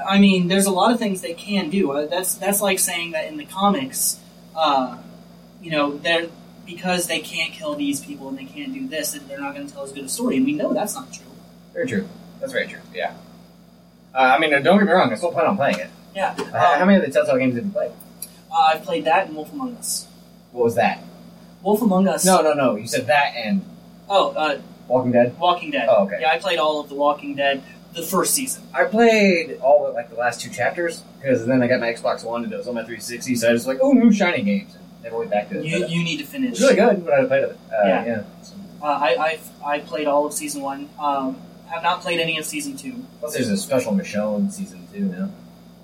A: I mean, there's a lot of things they can do. Uh, that's that's like saying that in the comics, uh, you know, there because they can't kill these people and they can't do this, and they're not going to tell as good a story. And we know that's not true.
B: Very true. That's very true. Yeah. Uh, I mean, don't get me wrong. I still plan on playing it.
A: Yeah.
B: Uh, how many of the Telltale games did you play?
A: Uh, I've played that and Wolf Among Us.
B: What was that?
A: Wolf Among Us.
B: No, no, no. You said that and
A: Oh, uh,
B: Walking Dead.
A: Walking Dead.
B: Oh, okay.
A: Yeah, I played all of the Walking Dead, the first season.
B: I played all but like the last two chapters because then I got my Xbox One and it was on my 360, so I was like, oh, new shiny games, and never went back to it.
A: You
B: But, uh,
A: you need to finish.
B: it's really good, but I played it. Uh,
A: Yeah.
B: yeah. So,
A: Uh, I I've, I played all of season one. Um, have not played any of season two.
B: plus, there's a special Michonne season two now.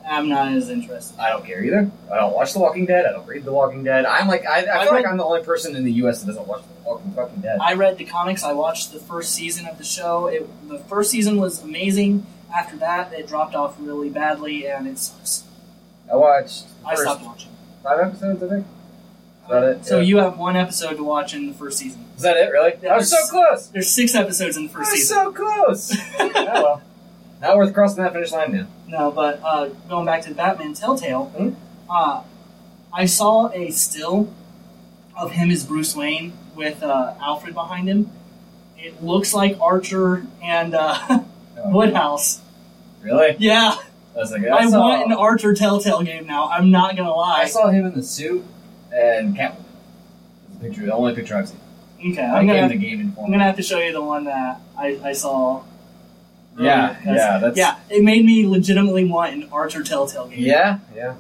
A: I'm not as interested.
B: I don't care either. I don't watch The Walking Dead. I don't read The Walking Dead. I'm like, I, I feel
A: I
B: like
A: read-
B: I'm the only person in the U.S. that doesn't watch The Walking fucking Dead.
A: I read the comics. I watched the first season of the show. It, the first season was amazing. After that, it dropped off really badly, and it sucks.
B: I watched the
A: I
B: first
A: stopped watching.
B: five episodes, I think. Is that it?
A: So
B: yeah.
A: you have one episode to watch in the first season.
B: is that it? Really?
A: Yeah,
B: I was so
A: there's-
B: close.
A: There's six episodes in the
B: I
A: first
B: was
A: season.
B: so close. oh well, not worth crossing that finish line now.
A: No, but uh, going back to the Batman Telltale,
B: Hmm?
A: uh, I saw a still of him as Bruce Wayne with uh, Alfred behind him. It looks like Archer and uh,
B: Oh,
A: Woodhouse.
B: Really?
A: Yeah,
B: I was like, I,
A: I
B: saw,
A: want an Archer Telltale game now. I'm not gonna
B: I
A: lie.
B: saw him in the suit and Catwoman. It's the picture, the only picture I've seen.
A: Okay,
B: I
A: I'm
B: came
A: gonna
B: to Game
A: I'm
B: Informer.
A: gonna have to show you the one that I, I saw.
B: Yeah,
A: earlier, 'cause-
B: yeah, that's
A: yeah. It made me legitimately want an Archer Telltale game.
B: yeah, yeah.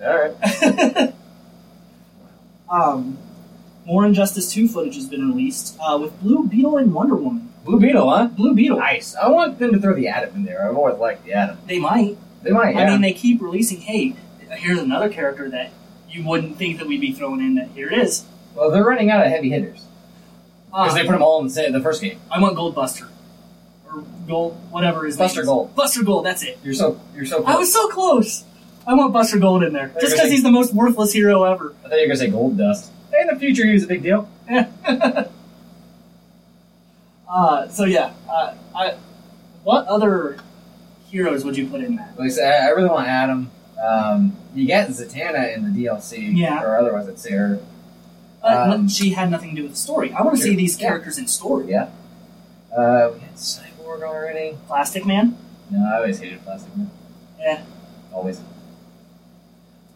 B: All right.
A: um, more Injustice 2 footage has been released uh, with Blue Beetle and Wonder Woman.
B: Blue Beetle, huh?
A: Blue Beetle.
B: Nice. I want them to throw the Atom in there. I've always liked the Atom.
A: They might.
B: They might. Yeah.
A: I mean, they keep releasing, hey, here's another character that you wouldn't think that we'd be throwing in that here it is.
B: well, they're running out of heavy hitters
A: Uh,
B: because they put them all in the, sa- the first game.
A: I want Gold Buster. Or Gold, whatever his
B: Buster
A: name is.
B: Gold.
A: Buster Gold, that's it.
B: You're so you're so.
A: I was so close. I want Buster Gold in there.
B: There
A: Just
B: you
A: because
B: go.
A: he's the most worthless hero ever.
B: I thought you were gonna say gold dust. In the future, he was a big deal.
A: Uh, so, yeah. Uh, I, what other heroes would you put in that?
B: Like I said, I I really want Adam. Um, you get Zatanna in the DLC,
A: Yeah.
B: or otherwise it's her.
A: Uh,
B: Um,
A: no- she had nothing to do with the story. I want to
B: Sure.
A: see these
B: Yeah.
A: characters in story.
B: Yeah. Uh, we had Cyborg already.
A: Plastic Man.
B: No, I always hated Plastic Man.
A: Yeah.
B: Always.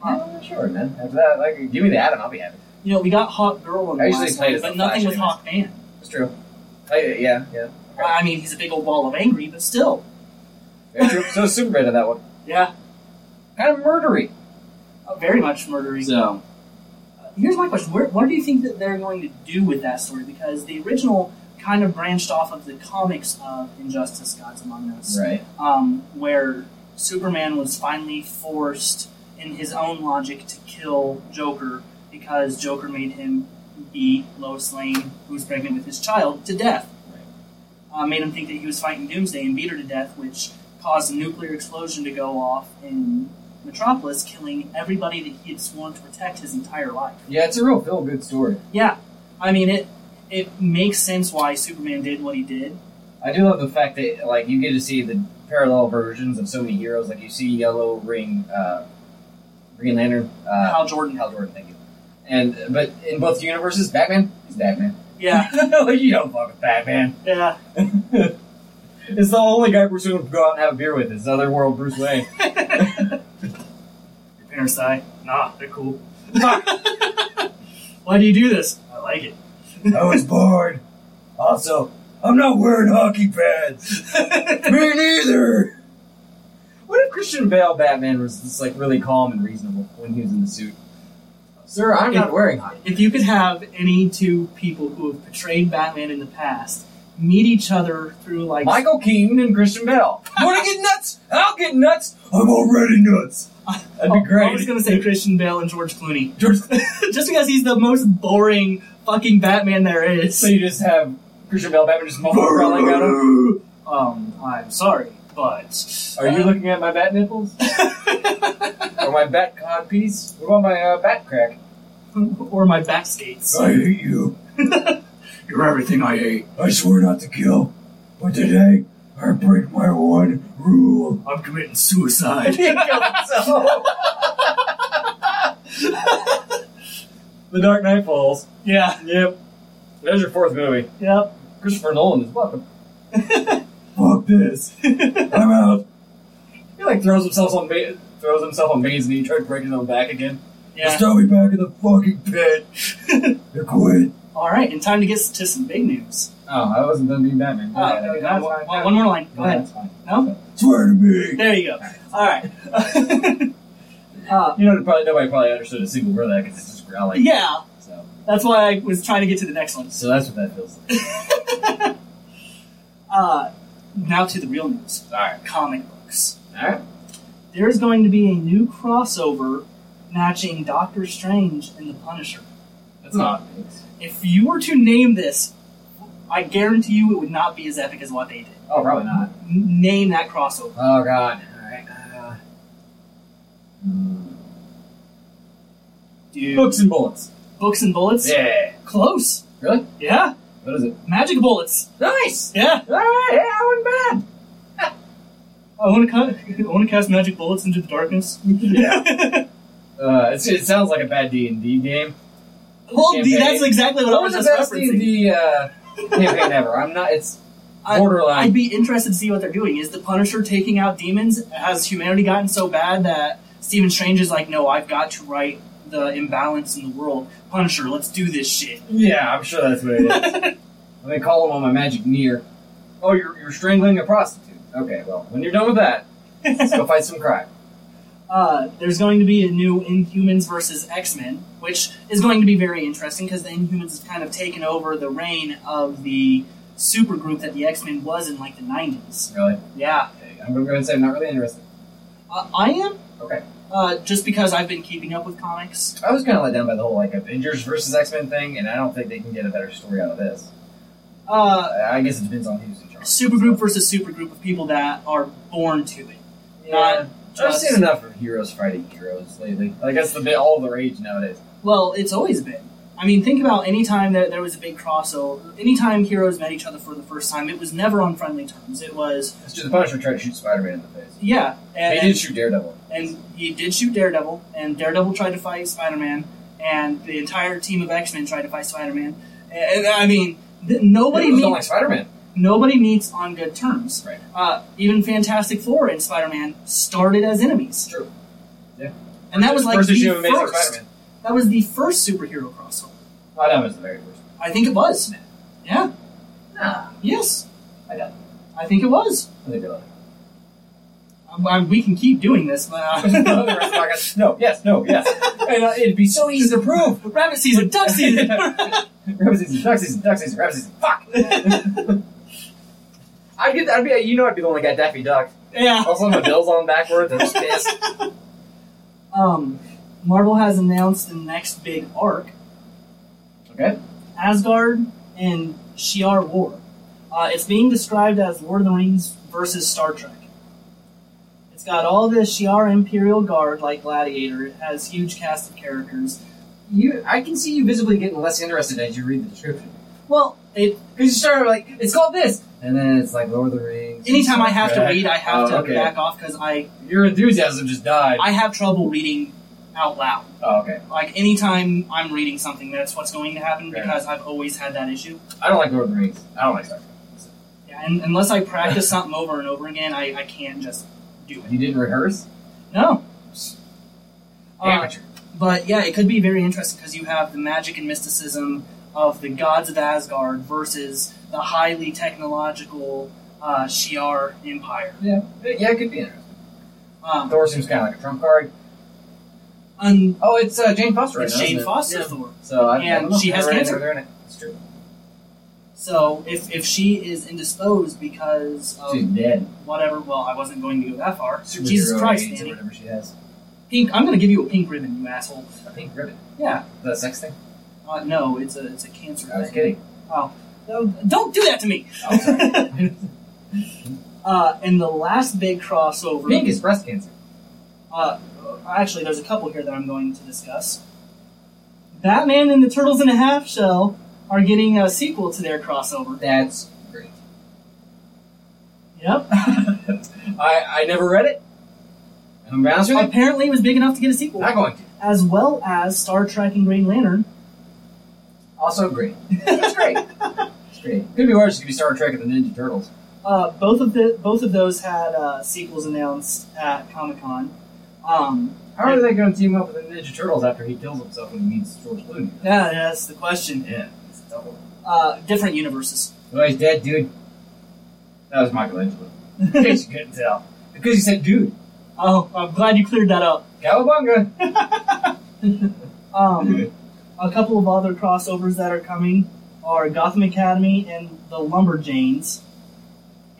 A: Huh.
B: Yeah, I'm sure, man. After that, like, give me the Adam, I'll be happy.
A: You know, we got Hawk Girl in the
B: I usually
A: last
B: play
A: one,
B: as
A: but
B: the
A: nothing
B: Flash
A: with
B: anyways.
A: Hawk Man.
B: It's true. I, Oh, yeah, yeah.
A: I mean, he's a big old ball of angry, but still.
B: Very true. so Superman in that one.
A: Yeah,
B: Kind of murdery.
A: uh, very much murdery.
B: So.
A: Uh, Here's my question: Where, What do you think that they're going to do with that story? Because the original kind of branched off of the comics of Injustice: Gods Among Us.
B: Right.
A: um, where Superman was finally forced, in his own logic, to kill Joker because Joker made him beat Lois Lane, who was pregnant with his child, to death. Uh, made him think that he was fighting Doomsday and beat her to death, which caused a nuclear explosion to go off in Metropolis, killing everybody that he had sworn to protect his entire life.
B: Yeah, it's a real feel good story.
A: Yeah, I mean it. It makes sense why Superman did what he did.
B: I do love the fact that like you get to see the parallel versions of so many heroes. Like you see Yellow Ring, uh, Green Lantern, uh,
A: Hal Jordan.
B: Hal Jordan, thank you. And but in both universes, Batman is Batman.
A: Yeah,
B: like you don't fuck with Batman.
A: yeah.
B: it's the only guy Bruce Wayne would go out and have a beer with. Is other world Bruce Wayne.
A: Your parents die? Nah, they're cool. Why do you do this? I like it.
B: I was bored. Also, I'm not wearing hockey pads. Me neither. What if Christian Bale Batman was just like really calm and reasonable when he was in the suit? Sir, I'm not wearing hockey.
A: if you could have any two people who have portrayed Batman in the past meet each other through like
B: Michael Keaton and Christian Bale. Want to get nuts? I'll get nuts. I'm already nuts. That'd
A: Oh,
B: be
A: I was
B: great.
A: gonna say Christian Bale and George Clooney,
B: George-
A: just because he's the most boring fucking Batman there is.
B: so you just have Christian Bale Batman just mumbling growling at him.
A: Um, I'm sorry, but
B: Are you looking at my bat nipples or my bat cod piece? What about my uh, bat crack?
A: or my back skates?
B: I hate you.
A: You're everything I hate.
B: I swear not to kill, but today I break my one rule.
A: I'm committing suicide.
B: He killed himself. The Dark Knight Falls.
A: Yeah.
B: Yep. There's your fourth movie.
A: Yep.
B: Christopher Nolan is welcome. Fuck this. I'm out. He like throws himself on ma- throws himself on May's knee, tries to break his own back again.
A: yeah.
B: Just throw me back in the fucking pit. I quit.
A: All right, and time to get to some big news.
B: Oh, I wasn't done being Batman.
A: Oh,
B: Yeah,
A: okay,
B: that's
A: one,
B: fine.
A: one- one more line. Go
B: Yeah,
A: ahead.
B: that's fine.
A: No?
B: Swear to me.
A: There you go. All right. uh,
B: You know, probably nobody probably understood a single word of that because it's just growling.
A: yeah,
B: So,
A: that's why I was trying to get to the next one.
B: so that's what that feels like.
A: Uh, now to the real news.
B: All right.
A: Comic books.
B: All right.
A: There is going to be a new crossover matching Doctor Strange and the Punisher.
B: That's not. it's-
A: If you were to name this, I guarantee you it would not be as epic as what they did.
B: Oh, probably not.
A: N- name that crossover.
B: Oh god. Alright. Uh, mm.
A: Dude.
B: Books and bullets.
A: Books and bullets?
B: Yeah.
A: Close.
B: Really?
A: Yeah.
B: What is it?
A: Magic bullets.
B: Nice!
A: Yeah.
B: Alright, yeah, I wasn't
A: I want to ca- I want to cast magic bullets into the darkness.
B: Yeah. bad. Uh, it's, it sounds like a bad D&D game.
A: well,
B: Campaign.
A: D- that's exactly what,
B: What
A: I was
B: was the
A: just
B: best
A: referencing.
B: D&D uh, campaign ever? I'm not, it's
A: I-
B: borderline.
A: I'd be interested to see what they're doing. Is the Punisher taking out demons? Has humanity gotten so bad that Stephen Strange is like, no, I've got to right the imbalance in the world. Punisher, let's do this shit.
B: yeah, I'm sure that's what it is. Let me call him on my magic near. Oh, you're, you're strangling a prostitute. Okay, well, when you're done with that, let's go fight some crime.
A: uh, there's going to be a new Inhumans versus X Men, which is going to be very interesting because the Inhumans have kind of taken over the reign of the supergroup that the X Men was in like the 90s.
B: Really?
A: Yeah.
B: Okay, I'm going to go ahead and say I'm not really interested.
A: Uh, I am,
B: Okay.
A: uh, just because I've been keeping up with comics.
B: I was kind of let down by the whole like Avengers versus X Men thing, and I don't think they can get a better story out of this.
A: Uh,
B: I I guess it depends on who's in charge.
A: supergroup versus supergroup of people that are born to it.
B: Yeah.
A: not
B: I've
A: just-
B: seen enough of heroes fighting heroes lately. Like that's the bit all the rage nowadays.
A: Well, it's always been. I mean, think about any time that there was a big crossover, any time heroes met each other for the first time, it was never on friendly terms. It was,
B: Let's do the Punisher try to shoot Spider Man in the face.
A: yeah,
B: They
A: and,
B: did shoot Daredevil.
A: and he did shoot Daredevil, and Daredevil tried to fight Spider Man, and the entire team of X Men tried to fight Spider Man. And, and, I mean, th- nobody
B: People don't
A: meets
B: like Spider Man.
A: nobody meets on good terms.
B: Right.
A: Uh, even Fantastic Four and Spider Man started as enemies,
B: True.
A: and that was like
B: first
A: the
B: issue of Amazing
A: first.
B: Spider Man.
A: That was the first superhero crossover.
B: Oh, that was the very first.
A: I think it was. Yeah.
B: Nah,
A: Yes.
B: I don't.
A: I think it was.
B: I think they like.
A: Um, I- we can keep doing this, but
B: No, the
A: uh,
B: rest of the podcast, no, yes, no, yes. And, uh, it'd be so easy to prove.
A: rabbit season, duck season.
B: Rabbit season, duck season, duck season, rabbit season. Fuck. I'd get. I'd be. You know, I'd be the only guy Daffy Duck.
A: yeah.
B: Also, my bill's on backwards. I'm just pissed.
A: Um, Marvel has announced the next big arc:
B: Okay.
A: Asgard and Shi'ar War. Uh, it's being described as Lord of the Rings versus Star Trek. It's got all the Shi'ar Imperial Guard, like Gladiator. It has huge cast of characters.
B: You. I can see you visibly getting less interested as you read the description.
A: Well, it,
B: Because you start like it's called this, and then it's like Lord of the Rings.
A: anytime I have to read, I have
B: Oh,
A: to
B: okay.
A: back off because I
B: Your enthusiasm just died.
A: I have trouble reading out loud.
B: oh, okay.
A: Like anytime I'm reading something, that's what's going to happen
B: Fair
A: because I've always had that issue.
B: I don't like Lord of the Rings. I don't like Star Trek.
A: Yeah, and unless I practice something over and over again, I, I can't just do it.
B: You didn't rehearse.
A: No. Uh,
B: Amateur.
A: but yeah, it could be very interesting because you have the magic and mysticism of the gods of Asgard versus the highly technological uh, Shi'ar Empire.
B: Yeah. Yeah, it could be interesting.
A: Um,
B: Thor seems kind of like a trump card.
A: un-
B: Oh, it's uh, Jane Foster. Right
A: it's
B: now, isn't
A: Jane
B: it?
A: Foster
B: Yeah.
A: Thor.
B: So I, I
A: And
B: don't know.
A: she has
B: I read it,
A: cancer.
B: I read it. It's true.
A: So if, if she is indisposed because of
B: She's dead.
A: whatever, well, I wasn't going to go that far.
B: Superhero
A: Oh. Jesus Christ,
B: AIDS or
A: Danny.
B: whatever she has.
A: Pink. I'm gonna give you a pink ribbon, you asshole.
B: A pink ribbon.
A: Yeah.
B: The sex thing?
A: Uh, no, it's a it's a cancer.
B: I was
A: thing.
B: kidding.
A: No, don't do that to me.
B: Oh, sorry.
A: uh, and the last big crossover.
B: pink is breast cancer.
A: Uh, actually, there's a couple here that I'm going to discuss. Batman and the Turtles in a Half Shell are getting a sequel to their crossover.
B: That's great.
A: Yep.
B: I, I never read it. And I'm honest with you,
A: Apparently, it was big enough to get a sequel,
B: not going to.
A: as well as Star Trek and Green Lantern
B: Also great. It's great. It's great. Could be worse. It could be Star Trek and the Ninja Turtles.
A: Uh, both of the both of those had uh, sequels announced at Comic Con. Um,
B: How are they going to team up with the Ninja Turtles after he kills himself and meets George Clooney?
A: yeah, that's the question.
B: Yeah, it's double.
A: Uh, different universes.
B: Well, Oh, he's dead, dude. That was Michelangelo. In case you couldn't tell, because he said, "Dude,
A: oh, I'm glad you cleared that up.
B: cowabunga."
A: Um, a couple of other crossovers that are coming are Gotham Academy and the Lumberjanes,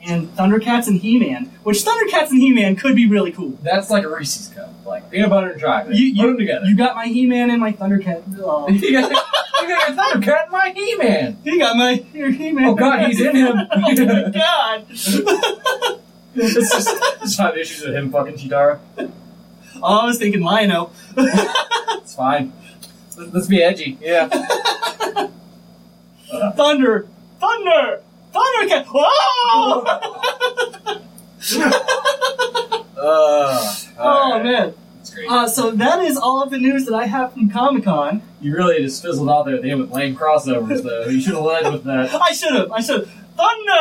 A: and Thundercats and He-Man. Which Thundercats and He-Man could be really cool.
B: That's like a Reese's cup, like peanut butter and chocolate.
A: You- you-
B: Put them together.
A: You got my He-Man and my Thundercat. Oh,
B: you got you got your Thundercat and my He-Man.
A: you got my your He-Man.
B: Oh, God, he's in him.
A: oh my God.
B: It's just, just five issues of him fucking Chidara.
A: Oh, I was thinking Lionel.
B: It's fine. Let's, let's be edgy. Yeah.
A: Thunder! Thunder! Thundercat!
B: Oh.
A: Whoa!
B: Uh,
A: oh, man.
B: That's great.
A: Uh, so that is all of the news that I have from Comic Con.
B: you really just fizzled out there at the end with lame crossovers, though. You should have led with that.
A: I should have. I should have. Thunder!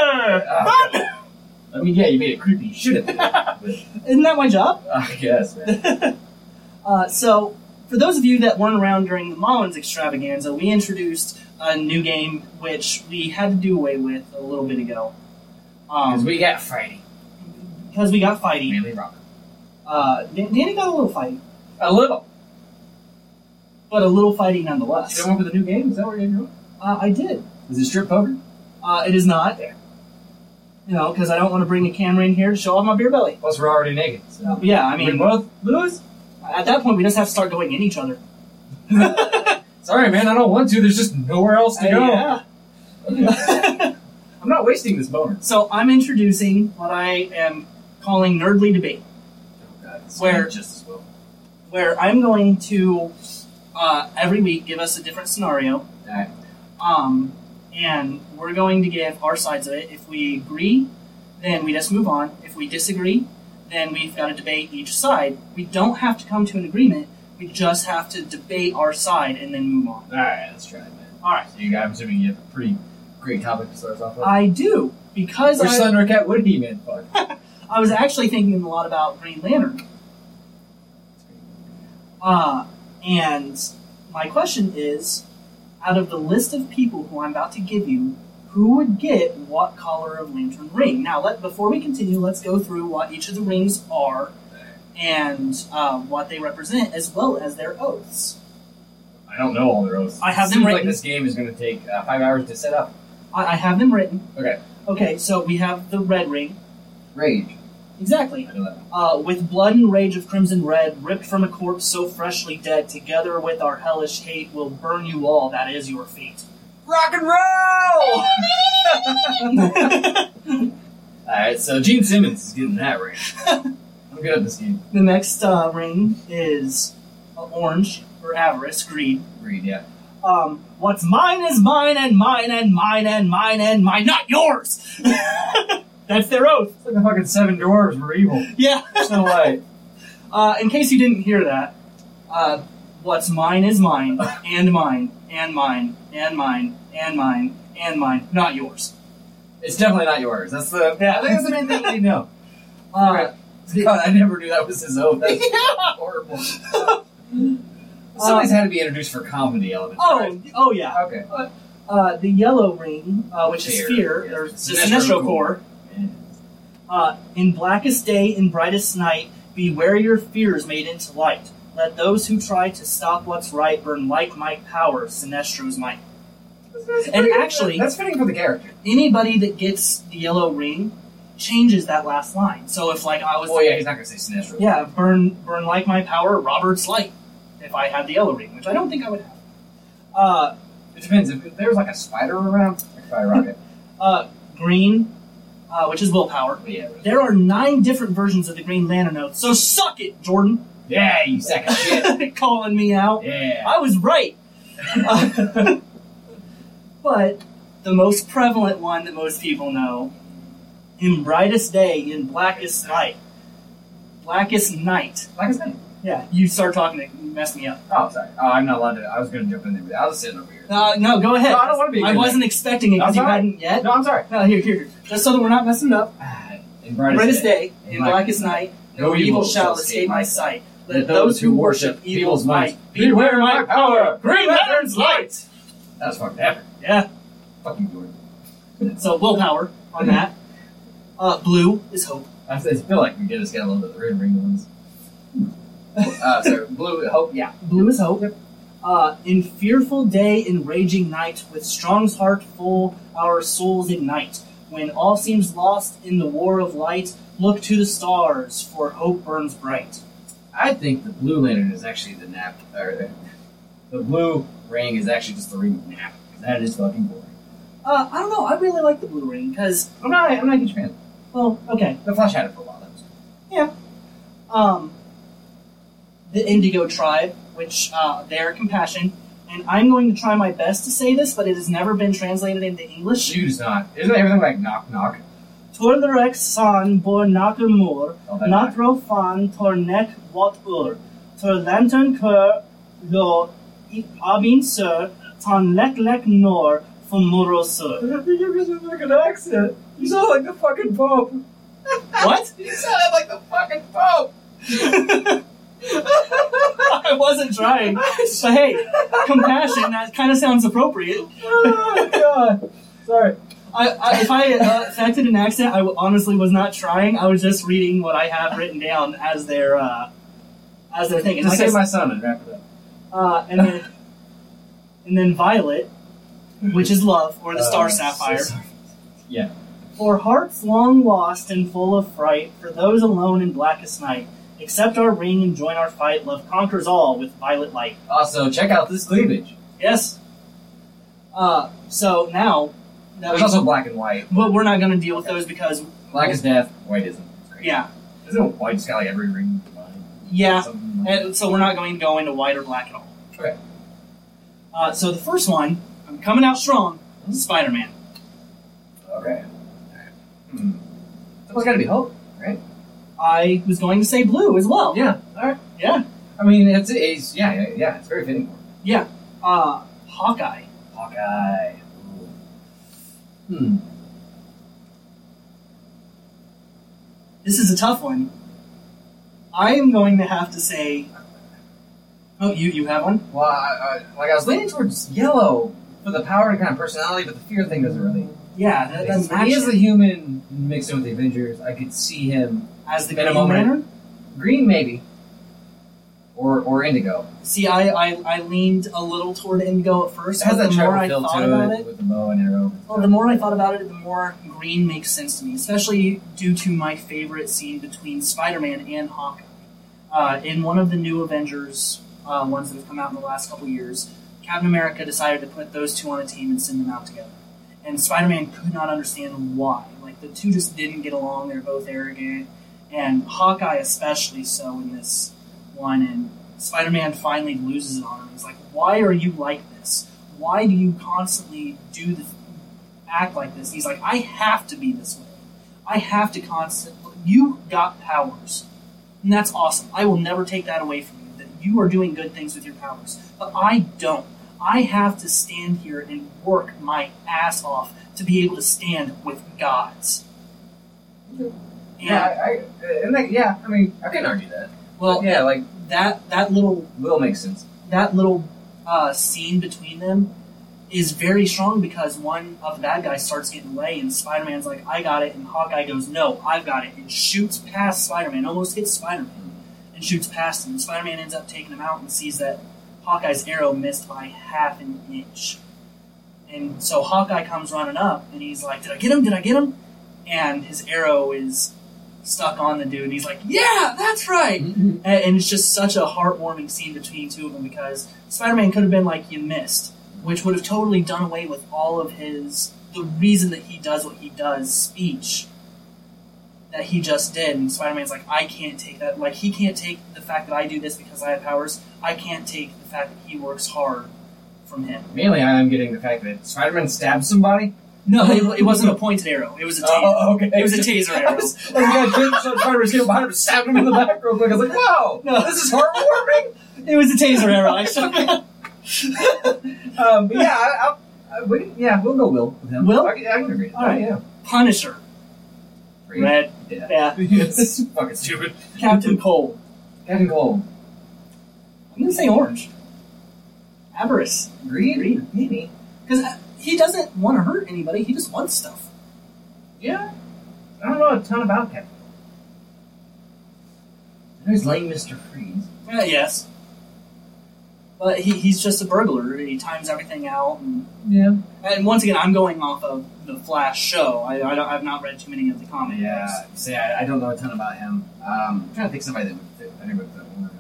B: Ah.
A: Thunder!
B: I mean, yeah, you made it creepy. You should have done that. But,
A: Isn't that my job?
B: I guess, man.
A: uh, so, for those of you that weren't around during the Mullins extravaganza, we introduced a new game which we had to do away with a little bit ago.
B: Because
A: Um,
B: we got Friday.
A: because we got fighty.
B: Really rock.
A: Uh, Dan- Danny got a little fighty,
B: A little.
A: but a little fighty nonetheless.
B: Come up with a new game? Is that what you're doing?
A: Uh, I did.
B: Is it strip poker?
A: Uh, it is not. You know, because I don't want to bring the camera in here to show off my beer belly.
B: Plus, we're already naked.
A: Uh,
B: So.
A: but yeah, I
B: we
A: mean,
B: both lose?
A: at that point, we just have to start going in each other.
B: Sorry, man. I don't want to. There's just nowhere else to go.
A: Uh, yeah.
B: I'm not wasting this boner.
A: so I'm introducing what I am calling Nerdly Debate,
B: Oh, God. it's
A: Where-
B: Just as well.
A: where I'm going to uh, every week give us a different scenario,
B: Alright.
A: um, and we're going to give our sides of it. If we agree, then we just move on. If we disagree, then we've got to debate each side. We don't have to come to an agreement. We just have to debate our side and then move on.
B: Alright, let's try it, man.
A: All right.
B: So you, I'm assuming you have a pretty great topic to start us off with.
A: I do because
B: Which
A: Uh, I,
B: Thundercat would he, man? Fuck.
A: I was actually thinking a lot about Green Lantern. Uh, and my question is, out of the list of people who I'm about to give you, who would get what color of lantern ring? Now, let before we continue, let's go through what each of the rings are and uh, what they represent, as well as their oaths.
B: I don't know all the rules.
A: I have them
B: Seems like
A: written.
B: this game is going to take uh, five hours to set up.
A: I, I have them written.
B: Okay.
A: Okay. So we have the red ring.
B: Rage.
A: Exactly.
B: I know that.
A: Uh, with blood and rage of crimson red, ripped from a corpse so freshly dead, together with our hellish hate, will burn you all. That is your fate.
B: Rock and roll!
A: the
B: Alright, so Gene Simmons is getting that ring. I'm good at this game.
A: next uh, ring is uh, orange or avarice, greed.
B: Read, yeah.
A: Um, what's mine is mine and mine and mine and mine and mine, not yours. That's their oath.
B: It's like the fucking seven dwarves were evil.
A: Yeah.
B: So like,
A: Uh, in case you didn't hear that, uh, what's mine is mine and mine and mine and mine and mine and mine, not yours.
B: it's definitely not yours. That's the
A: Yeah.
B: I think that's the main thing you need to know.
A: Uh,
B: God, I never knew that was his own. That's
A: Yeah.
B: horrible. Somebody's had to be introduced for comedy elements.
A: Oh, oh yeah.
B: right? okay.
A: Uh, the yellow ring, uh, which is
B: Fear,
A: fear,
B: yes.
A: or the
B: Sinestro
A: Sinestro
B: Core.
A: Core. Uh, in blackest day and brightest night, beware your fears made into light. Let those who try to stop what's right burn like my power, Sinestro's might. And actually-
B: that's fitting for the character.
A: Anybody that gets the yellow ring changes that last line. So if like I was,
B: oh, Well, yeah, he's not gonna say Sinestro.
A: yeah, burn, burn like my power, Robert's light. If I had the yellow ring, which I don't think I would have. Uh,
B: It depends. If there's like a spider around, I could probably rock it.
A: uh, green, uh, which is willpower.
B: But yeah,
A: There are nine different versions of the Green Lantern Oath, so suck it, Jordan.
B: yeah, you sack of shit.
A: Calling me out.
B: Yeah.
A: I was right. Uh, but the most prevalent one that most people know in brightest day, in blackest night. Blackest night.
B: Like I said,
A: Yeah, you start talking, it messed me up.
B: Oh, sorry. Oh, I'm not allowed to. I was going to jump in there, but I was sitting over here.
A: Uh, no, go ahead.
B: No, I don't wanna be
A: I
B: ignorant.
A: wasn't expecting it because
B: That's
A: you
B: all right.
A: hadn't yet.
B: No, I'm sorry.
A: No, here, here, here. Just so that we're not messing it up.
B: In brightest,
A: Brightest day,
B: in
A: in blackest night, no evil shall escape my sight. Let those who worship evil's might beware my power. Green Lantern's light.
B: That's fucking epic.
A: Yeah.
B: Fucking Jordan.
A: So willpower on that. Uh, blue is hope.
B: I I feel like we get us get a little bit of the red ring ones. Uh, sorry, blue hope. Yeah,
A: Blue is hope. Uh, in fearful day, in raging night, with strong's heart full, our souls ignite. When all seems lost in the war of light, look to the stars, for hope burns bright.
B: I think the blue lantern is actually the nap, or the, the blue ring is actually just the ring of nap. 'cause That is fucking boring.
A: Uh, I don't know. I really like the blue ring because,
B: I'm not. I'm not a huge fan.
A: well, okay.
B: The Flash had it for a while. That was
A: um, the Indigo tribe, which uh, they are compassion. And I'm going to try my best to say this, but it has never been translated into English.
B: Shoes not. Isn't everything like knock knock?
A: Torlerex san bor nakamur,
B: Oh, that-
A: natro fan tornek wat ur, tor lantern ker lo i- abin sur, tan lek lek nor fumuro sur.
B: I think it was a fucking accent. You sound like the fucking Pope.
A: What?
B: you sound like the fucking Pope.
A: I wasn't trying. But hey, compassion, that kind of sounds appropriate.
B: oh god. Sorry.
A: I, I, if I uh, affected an accent, I w- honestly was not trying. I was just reading what I have written down as their uh, as their thing. And,
B: Just
A: like I
B: say
A: s-
B: my son and wrap it up.
A: uh, and then and then violet, which is love, or the
B: Uh,
A: star sapphire,
B: so sorry.
A: for hearts long lost and full of fright, for those alone in blackest night. Accept our ring and join our fight. Love conquers all with violet light.
B: Also, check out this cleavage.
A: Yes. Uh, so now, that
B: There's
A: we,
B: also black and white.
A: but we're not going to deal with those because
B: Black is death. White isn't. It's crazy.
A: yeah,
B: Isn't it white? It's got like every ring. line,
A: yeah.
B: something like-
A: And so we're not going to go into white or black at all.
B: Okay.
A: Uh, so the first one, I'm coming out strong. Spider Man.
B: Okay. Hmm. Someone's got to be hope.
A: I was going to say blue as well.
B: Yeah. All right.
A: Yeah.
B: I mean, it's, it's yeah, yeah, yeah. It's very fitting.
A: Uh, Hawkeye.
B: Hawkeye. Ooh. Hmm.
A: This is a tough one. I am going to have to say. Oh, you you have one?
B: Well, I, I, like I was leaning towards yellow for the power and kind of personality, but the fear thing doesn't really.
A: Yeah, that, that's
B: he is the
A: matches
B: human mixed in with the Avengers. I could see him
A: as the
B: Been a
A: Green
B: moment.
A: Lantern.
B: green maybe, or or indigo.
A: See, I, I I leaned a little toward Indigo at first,
B: It has
A: but
B: that
A: the more
B: travel
A: I
B: feel
A: thought
B: to
A: about
B: it,
A: it,
B: with the bow and arrow.
A: Well, the more I thought about it, the more green makes sense to me, especially due to my favorite scene between Spider-Man and Hawkeye. Uh, in one of the new Avengers uh, ones that have come out in the last couple years, Captain America decided to put those two on a team and send them out together. And Spider-Man could not understand why. Like the two just didn't get along. They're both arrogant, and Hawkeye especially so in this one. And Spider-Man finally loses it on him. He's like, "Why are you like this? Why do you constantly do the act like this. He's like, I have to be this way. I have to constantly. You got powers. And that's awesome. I will never take that away from you, that you are doing good things with your powers. But I don't. I have to stand here and work my ass off to be able to stand with gods.
B: Yeah. Yeah,
A: And,
B: I, I, and like, yeah, I mean, I can argue that.
A: well,
B: yeah, like
A: that, that little
B: will make sense.
A: that little uh, scene between them is very strong because one of the bad guys starts getting away and Spider-Man's like, I got it, and Hawkeye goes, No, I've got it, and shoots past Spider-Man, almost hits Spider-Man, and shoots past him. And Spider-Man ends up taking him out and sees that Hawkeye's arrow missed by half an inch. And so Hawkeye comes running up and he's like, Did I get him? Did I get him? And his arrow is stuck on the dude, and he's like, Yeah, that's right.
B: Mhm.
A: And, and it's just such a heartwarming scene between the two of them because Spider Man could have been like, You missed, which would have totally done away with all of his, the reason that he does what he does speech that he just did. And Spider Man's like, I can't take that. Like, he can't take the fact that I do this because I have powers. I can't take the fact that he works hard from him.
B: Mainly, I'm getting the fact that Spider-Man stabs somebody.
A: No, it, it wasn't a pointed arrow. It was a taser.
B: Oh, okay.
A: It was a taser
B: I
A: arrow.
B: was, I was the guy trying to rescue him behind him, stabbed him in the back real quick. I was like, wow,
A: No.
B: this is heartwarming.
A: It was a taser arrow. I shot.
B: um, but yeah, I, I, I, we, yeah, we'll go Will with him.
A: Will?
B: I can, I can agree. Oh,
A: All right.
B: yeah.
A: Punisher.
B: Three.
A: Red.
B: Yeah.
A: Yeah.
B: it's fucking stupid.
A: Captain Cole.
B: Captain Cole.
A: I'm gonna say orange. Avarice.
B: Green?
A: Green.
B: Maybe.
A: Because he doesn't want to hurt anybody. He just wants stuff.
B: Yeah. I don't know a ton about Captain Cole. There's lame Mr. Freeze.
A: Uh, yes. But he, he's just a burglar. He times everything out. And,
B: Yeah.
A: and once again, I'm going off of the Flash show. I, I don't, I've not read too many of the comics.
B: Yeah. See, I, I don't know a ton about him. Um, I'm trying to think of somebody that would fit. I never thought one.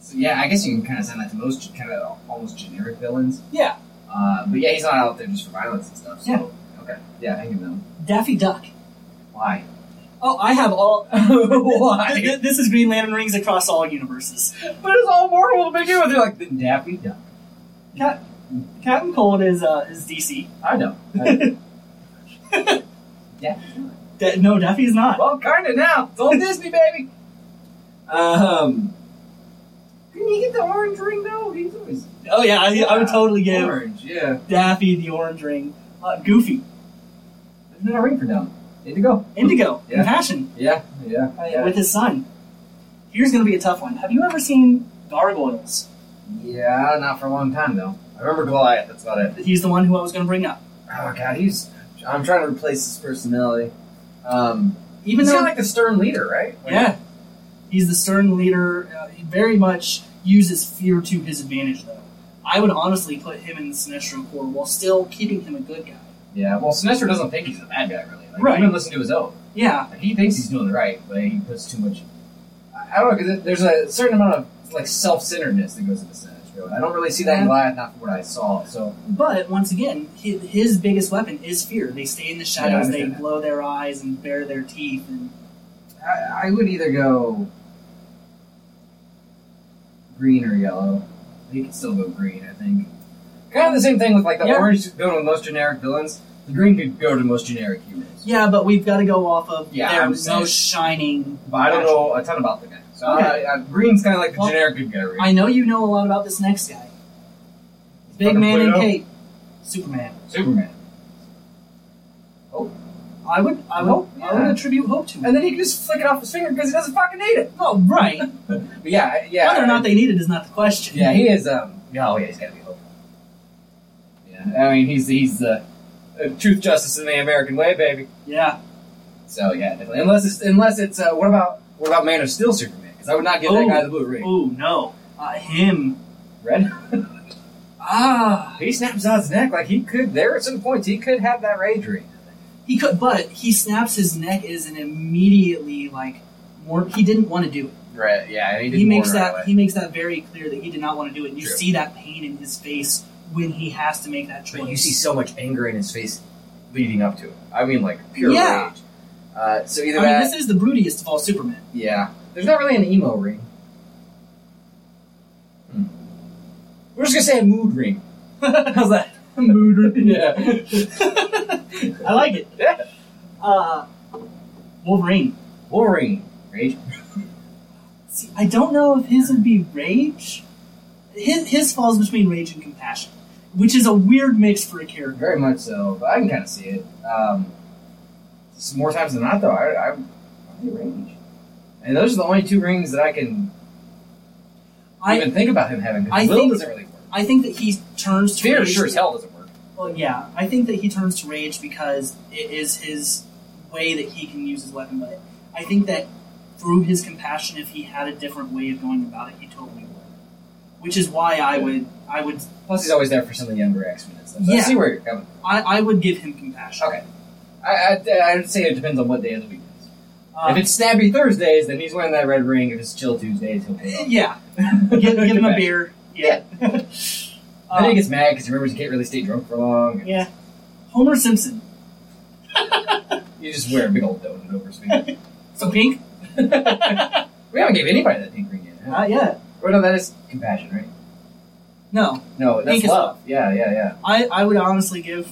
B: So yeah, I guess you can kind of send that to most kind of almost generic villains.
A: Yeah.
B: Uh, but yeah, he's not out there just for violence and stuff. So. Okay. Yeah, hang with him.
A: Daffy Duck.
B: Why?
A: Oh, I have all.
B: Why?
A: Th- th- This is Green Lantern rings across all universes.
B: But it's all Marvel to begin with. They're like the Daffy Duck.
A: Cat, Captain Cold is uh, is DC.
B: I know.
A: Uh, Da- no, Daffy is not.
B: well, kind of now. It's all Disney, baby. Um. Didn't he get the orange ring though? He's always
A: Oh yeah, I, I would totally give
B: orange. Yeah.
A: Daffy the orange ring. Uh, Goofy,
B: There's not a ring for them. Indigo.
A: Indigo,
B: Yeah.
A: Compassion
B: Yeah, yeah.
A: uh,
B: yeah.
A: with his son. Here's gonna be a tough one. Have you ever seen Gargoyles?
B: Yeah, not for a long time though. I remember Goliath. That's about it.
A: He's the one who I was gonna bring up.
B: Oh god, he's. I'm trying to replace his personality. Um,
A: Even
B: he's
A: though,
B: kind of like the stern leader, right? Like-
A: yeah, he's the stern leader. Uh, he very much uses fear to his advantage, though. I would honestly put him in the Sinestro Corps while still keeping him a good guy.
B: Yeah. Well, Sinestro doesn't think he's a bad guy, really. Like,
A: Right.
B: Even listen to his oath.
A: Yeah,
B: Like, he thinks he's doing right, but he puts too much. I, I don't know. Cause there's a certain amount of like self-centeredness that goes into Sinestro. and I don't really see that in
A: Yeah.
B: Goliath, not from what I saw. So
A: but once again, his, his biggest weapon is fear. They stay in the
B: Yeah, I
A: shadows, they
B: understand that.
A: blow their eyes and bare their teeth, and
B: I, I would either go green or yellow. You could still go green, I think. Kind of the same thing with like the
A: Yeah.
B: orange could go to the most generic villains. The green could go to the most generic heroes.
A: yeah. But we've got to go off of
B: Yeah,
A: their
B: I'm
A: most
B: saying-
A: shining.
B: But I don't know a ton about the guy, so I-
A: Okay.
B: I, green's kind of like the
A: Well,
B: generic good guy. Right?
A: I know you know a lot about this next guy, big
B: Fucking
A: man in
B: Pluto.
A: cape, Superman.
B: Superman,
A: I would, I would, I would
B: Oh, Yeah.
A: attribute hope to him.
B: and then he can just flick it off his finger because he doesn't fucking need it.
A: Oh, right.
B: But yeah, I- yeah.
A: Whether or not
B: I-
A: they need it is not the question.
B: yeah, he is. Um, yeah, oh yeah, he's gotta be hopeful. Yeah, I mean he's he's the uh, truth, justice, in the American way, baby.
A: Yeah.
B: So yeah, definitely. Unless it's unless it's uh, what about what about Man of Steel Superman? Because I would not give that
A: Oh.
B: guy the blue ring.
A: Oh no, uh, him.
B: Red.
A: Ah,
B: he snaps out his neck like he could. There at some points he could have that rage ring.
A: he could, but he snaps his neck is an immediately like more. He didn't want to do it.
B: Right. Yeah. And
A: He, makes that he makes that very clear that he did not want to do it. You
B: True.
A: see that pain in his face when he has to make that choice.
B: but you see so much anger in his face leading up to it. I mean, like pure
A: Yeah.
B: rage. Uh, so
A: I
B: either
A: mean,
B: that,
A: this is the broodiest of all Superman.
B: yeah. There's not really an emo ring. Hmm. We're just gonna say a mood ring. How's that? mood ring. Yeah.
A: I like it.
B: Yeah.
A: Uh, Wolverine.
B: Wolverine. Rage.
A: See, I don't know if his would be rage. His his falls between rage and compassion, which is a weird mix for a character.
B: Very much so, but I can kind of see it. Um, s- more times than not, though, I, I, I range. And those are the only two rings that I can
A: I
B: even think about him having. 'cause
A: I
B: Will
A: think-
B: doesn't really work.
A: I think that he turns to
B: Fear
A: rage.
B: sure as hell doesn't work.
A: Well, yeah, I think that he turns to rage because it is his way that he can use his weapon. But I think that through his compassion, if he had a different way of going about it, he totally would. Which is why I would I would
B: Plus, he's always there for some of the younger X Men and stuff. So I
A: Yeah.
B: see where you're coming. From.
A: I, I would give him compassion.
B: Okay. I, I I'd say it depends on what day of the week. It is.
A: Uh,
B: if it's Stabby Thursdays, then he's wearing that red ring. If it's Chill Tuesdays, he'll put it on.
A: yeah, give, give him a
B: Compassion.
A: beer. Yeah.
B: Then he
A: Uh,
B: gets mad because he remembers he can't really stay drunk for long.
A: Um, yeah. Homer Simpson.
B: You just wear a big old donut over his finger.
A: So pink?
B: we haven't gave anybody that pink ring yet. huh?
A: Not yet.
B: Well, no, that is compassion, right?
A: No,
B: No, that's
A: Hank is-
B: love. Yeah, yeah, yeah.
A: I, I would honestly give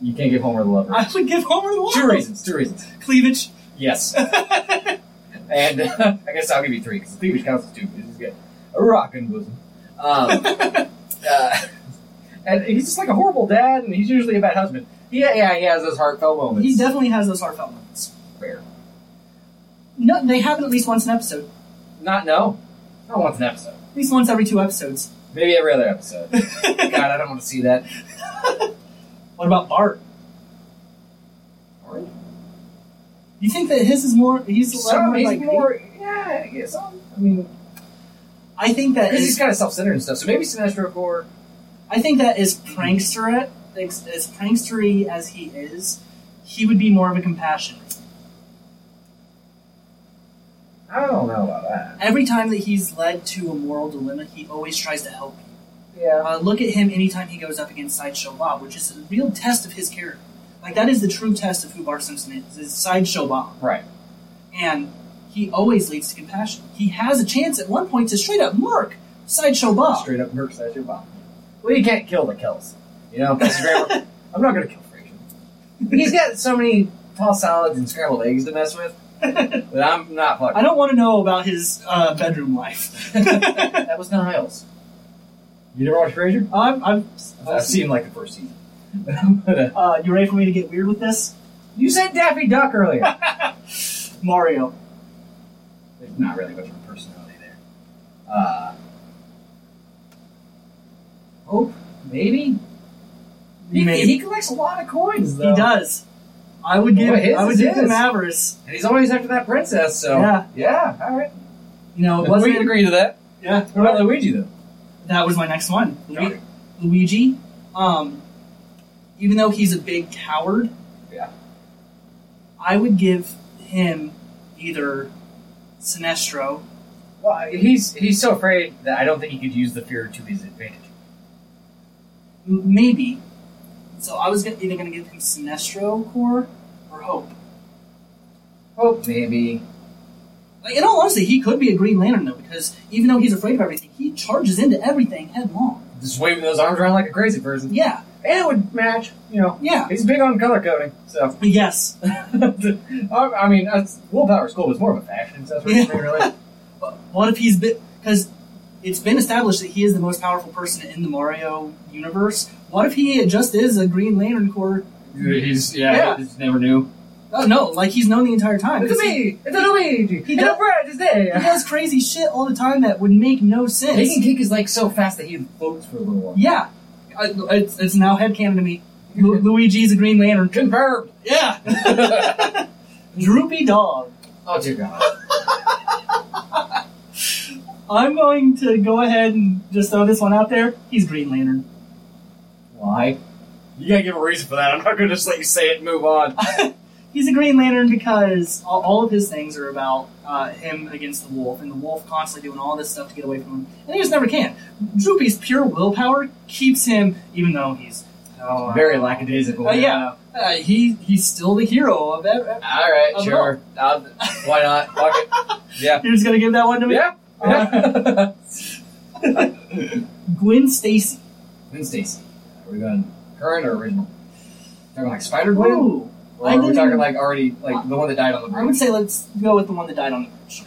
B: You can't give Homer the lover.
A: I would give Homer the love.
B: Two reasons. Two reasons.
A: Cleavage.
B: Yes. And uh, I guess I'll give you three because the cleavage counts as two. This is good. A rockin' bosom. Um, uh, and he's just like a horrible dad, and he's usually a bad husband. Yeah, yeah, he has those heartfelt moments.
A: he definitely has those heartfelt moments.
B: Fair.
A: No, they happen at least once an episode.
B: Not no. Not once an episode.
A: At least once every two episodes.
B: Maybe every other episode. God, I don't want to see that.
A: What about Bart? You think that his is more? He's a lot
B: Some,
A: more
B: he's
A: like.
B: more. Yeah, yeah, some. I mean,
A: I think that
B: because he's
A: is.
B: kind of self-centered and stuff. So maybe Sinestro Core.
A: I think that is prankster. As as prankstery as he is, he would be more of a compassionate.
B: I don't know about that.
A: Every time that he's led to a moral dilemma, he always tries to help you.
B: Yeah.
A: Uh, look at him anytime he goes up against Sideshow Bob, which is a real test of his character. Like that is the true test of who Bart Simpson is, is Sideshow Bob.
B: Right.
A: And he always leads to compassion. He has a chance at one point to straight up murk Sideshow Bob.
B: Straight up murks at your bottom. Well, you can't kill the Kells. You know, that's grammar. I'm not going to kill Frasier. He's got so many tossed salads and scrambled eggs to mess with
A: I
B: that I'm not fucking.
A: don't want to know about his uh, bedroom life. I've,
B: That was Niles. You never watched Frasier?
A: I've,
B: I've seen like the first season. But, uh,
A: Uh, you ready for me to get weird with this?
B: you said Daffy Duck earlier.
A: Mario.
B: There's not really much of a personality there. Uh, hope, maybe. He,
A: Maybe.
B: he collects a lot of coins, though.
A: He does. I would give.
B: Boy, his
A: I would
B: is
A: give him
B: his.
A: avarice.
B: And he's always after that princess, so.
A: Yeah.
B: Yeah, alright.
A: You know, it wasn't
B: agree to that.
A: Yeah,
B: What about Luigi though?
A: that was my next one. Lu- Luigi, um, even though he's a big coward,
B: Yeah.
A: I would give him either Sinestro.
B: Well, he's he's so afraid that I don't think he could use the fear to his advantage.
A: M- maybe. So I was gonna, either going to give him Sinestro core or Hope.
B: Oh, maybe.
A: Like, in all honesty, he could be a Green Lantern though, because even though he's afraid of everything, he charges into everything headlong.
B: Just waving those arms around like a crazy person.
A: Yeah,
B: And it would match, you know.
A: yeah,
B: He's big on color coding, so.
A: yes.
B: I I mean, that's, willpower's cool, but it's more of a fashion. So that's what
A: Yeah.
B: yeah. really.
A: But what if he's been because it's been established that he is the most powerful person in the Mario universe. What if he just is a Green Lantern Corps?
B: He's,
A: Yeah.
B: he's never knew.
A: Oh no, like he's known the entire time. 'cause
B: It's
A: He,
B: me! It's Luigi!
A: He
B: He
A: does-
B: does bread is
A: he
B: there!
A: does crazy shit all the time that would make no sense.
B: Making kick is like so fast that he floats for a little while.
A: yeah, I, it's, it's now headcanon to me. Lu- Luigi's a Green Lantern.
B: Confirmed!
A: Yeah, droopy dog.
B: Oh dear god.
A: I'm going to go ahead and just throw this one out there. He's Green Lantern.
B: Why? You gotta give a reason for that. I'm not gonna just let you say it and move on.
A: He's a Green Lantern because all, all of his things are about uh, him against the wolf, and the wolf constantly doing all this stuff to get away from him, and he just never can. Droopy's pure willpower keeps him, even though he's oh,
B: Very lackadaisical.
A: Uh, yeah, uh, he he's still the hero of it.
B: Alright,
A: Of
B: sure. I'll, why not? Fuck it. Yeah.
A: You're just gonna give that one to me,
B: Yeah. yeah.
A: Gwen Stacy.
B: Gwen Stacy. Are we going current or original? Talking like Spider Gwen?
A: Ooh,
B: Or
A: I
B: are we
A: didn't-
B: talking like already, like the one that died on the
A: I
B: bridge?
A: would say let's go with the one that died on the bridge.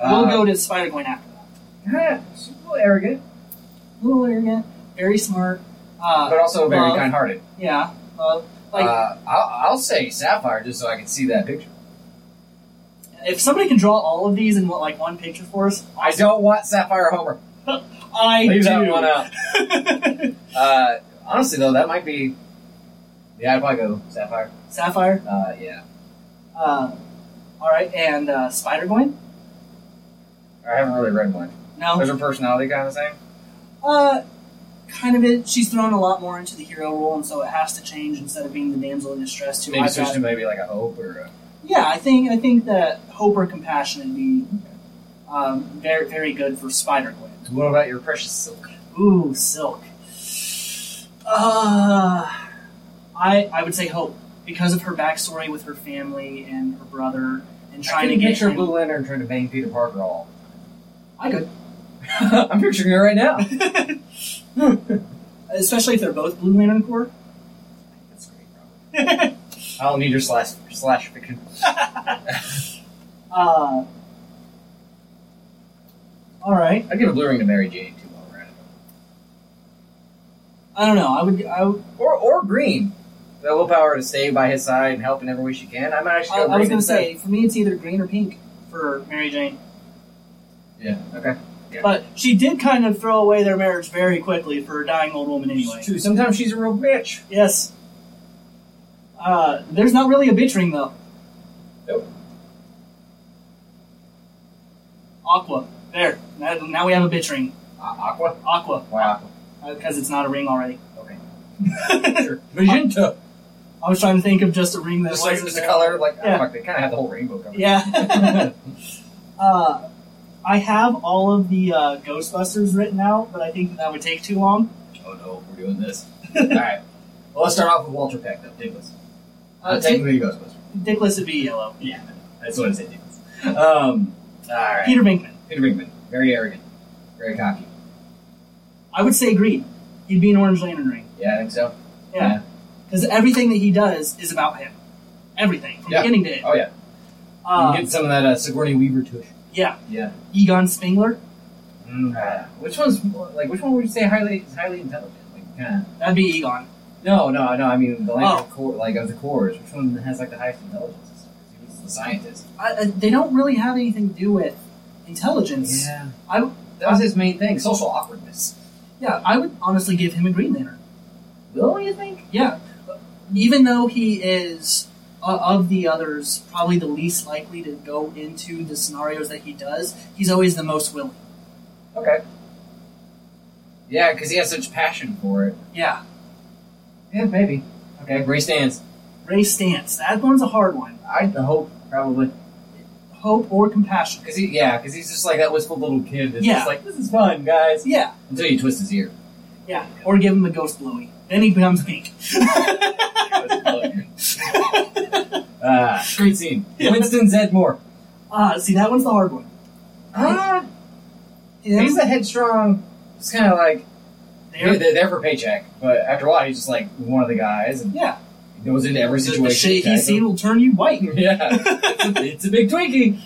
B: Uh,
A: we'll go to Spider Gwen after that.
B: Yeah, she's a little arrogant,
A: A little arrogant, very smart. Uh,
B: but also very
A: Love.
B: kind hearted.
A: yeah, uh, like
B: uh, I'll, I'll say Sapphire just so I can see that picture.
A: if somebody can draw all of these in what, like one picture for us,
B: I don't want Sapphire Homer.
A: I
B: Leave
A: do.
B: that one out. Uh, honestly, though, that might be. Yeah, I'd probably go Sapphire.
A: Sapphire.
B: Uh, yeah.
A: Uh, all right, and uh, Spider Gwen.
B: I haven't really read much. Is
A: No,
B: her personality kind of the same?
A: uh, kind of it. She's thrown a lot more into the hero role, and so it has to change instead of being the damsel in distress. To
B: Maybe
A: I've
B: switch
A: got-
B: to maybe like a Hope or a.
A: yeah, I think I think that hope or compassion would be um, very very good for Spider Gwen.
B: What about your precious silk?
A: Ooh, silk. Uh, I I would say hope because of her backstory with her family and her brother and trying
B: I
A: to
B: can
A: get
B: picture
A: him-
B: Blue Lantern trying to bang Peter Parker all.
A: I could.
B: I'm picturing her right now.
A: Especially if they're both Blue Lantern Corps.
B: That's great. Robert. I'll need your slash slash fiction.
A: uh, all right.
B: I'd give a blue ring to Mary Jane too while we're at it.
A: I don't know. I would. I, would-
B: Or or green. The willpower to stay by his side and help in every way she can. I might actually
A: I,
B: go
A: Oh, I was
B: green
A: gonna
B: instead.
A: say for me it's either green or pink for Mary Jane,
B: Yeah. Okay.
A: but she did kind of throw away their marriage very quickly for a dying old woman anyway.
B: True. Sometimes she's a real bitch.
A: Yes. Uh, there's not really a bitch ring though.
B: Nope.
A: Aqua. There. Now, now we have a bitch ring.
B: Uh, Aqua.
A: Aqua,
B: Why Aqua?
A: because it's not a ring already.
B: Okay.
A: I
B: Sure. Magenta.
A: was trying to think of just a ring that
B: Just like
A: wasn't
B: just a
A: there.
B: color. Like oh,
A: Yeah.
B: fuck, they kind of have the whole rainbow covered.
A: Yeah. uh, I have all of the uh, Ghostbusters written out, but I think that, that would take too long.
B: oh no, we're doing this. All right. Well, let's start off with Walter Peck though. Dickless. Uh, technically Ghostbuster.
A: Dickless would be yellow.
B: Yeah. That's what I said. Dickless. Um. All right.
A: Peter Binkman.
B: Peter Brinkman. Very arrogant. Very cocky.
A: I would say green. He'd be an orange lantern ring.
B: Yeah, I think so.
A: Yeah. Because everything that he does is about him. Everything. From
B: Yeah.
A: beginning to end.
B: Oh yeah.
A: Uh,
B: you get some of that uh, Sigourney Weaver tush.
A: yeah.
B: Yeah.
A: Egon Spengler.
B: Mm, uh, which one's more- like which one would you say highly is highly intelligent? Like Oh. kind of.
A: That'd be Egon.
B: No, no, no. I mean the Lantern core, like of the cores. Which one has like the highest intelligence? and stuff? 'Cause He was the scientist.
A: I, I, they don't really have anything to do with intelligence.
B: Yeah.
A: I-
B: that was his main thing. Social awkwardness.
A: yeah, I would honestly give him a green lantern.
B: Will you think?
A: Yeah, even though he is uh, of the others probably the least likely to go into the scenarios that he does, he's always the most willing.
B: Okay. Yeah, because he has such passion for it.
A: Yeah,
B: Yeah, maybe. Okay, Ray stands.
A: Ray Stance. That one's a hard one.
B: I hope probably.
A: Hope or compassion.
B: Cause he, yeah, because he's just like that wistful little kid. That's
A: Yeah.
B: just like this is fun, guys.
A: Yeah,
B: Until you twist his ear.
A: yeah. Or give him a ghost blowy. Then he becomes pink.
B: Ah, great scene.
A: Yeah.
B: Winston Zedmore.
A: Ah, see, that one's the hard one.
B: Ah,
A: Him,
B: he's the headstrong. It's kind of like
A: there,
B: they're, they're there for paycheck, but after a while, he's just like one of the guys and
A: yeah.
B: goes into every
A: The, the
B: situation.
A: shit he
B: attacks
A: seen
B: him.
A: will turn you white.
B: Yeah, it's a, it's a big Twinkie.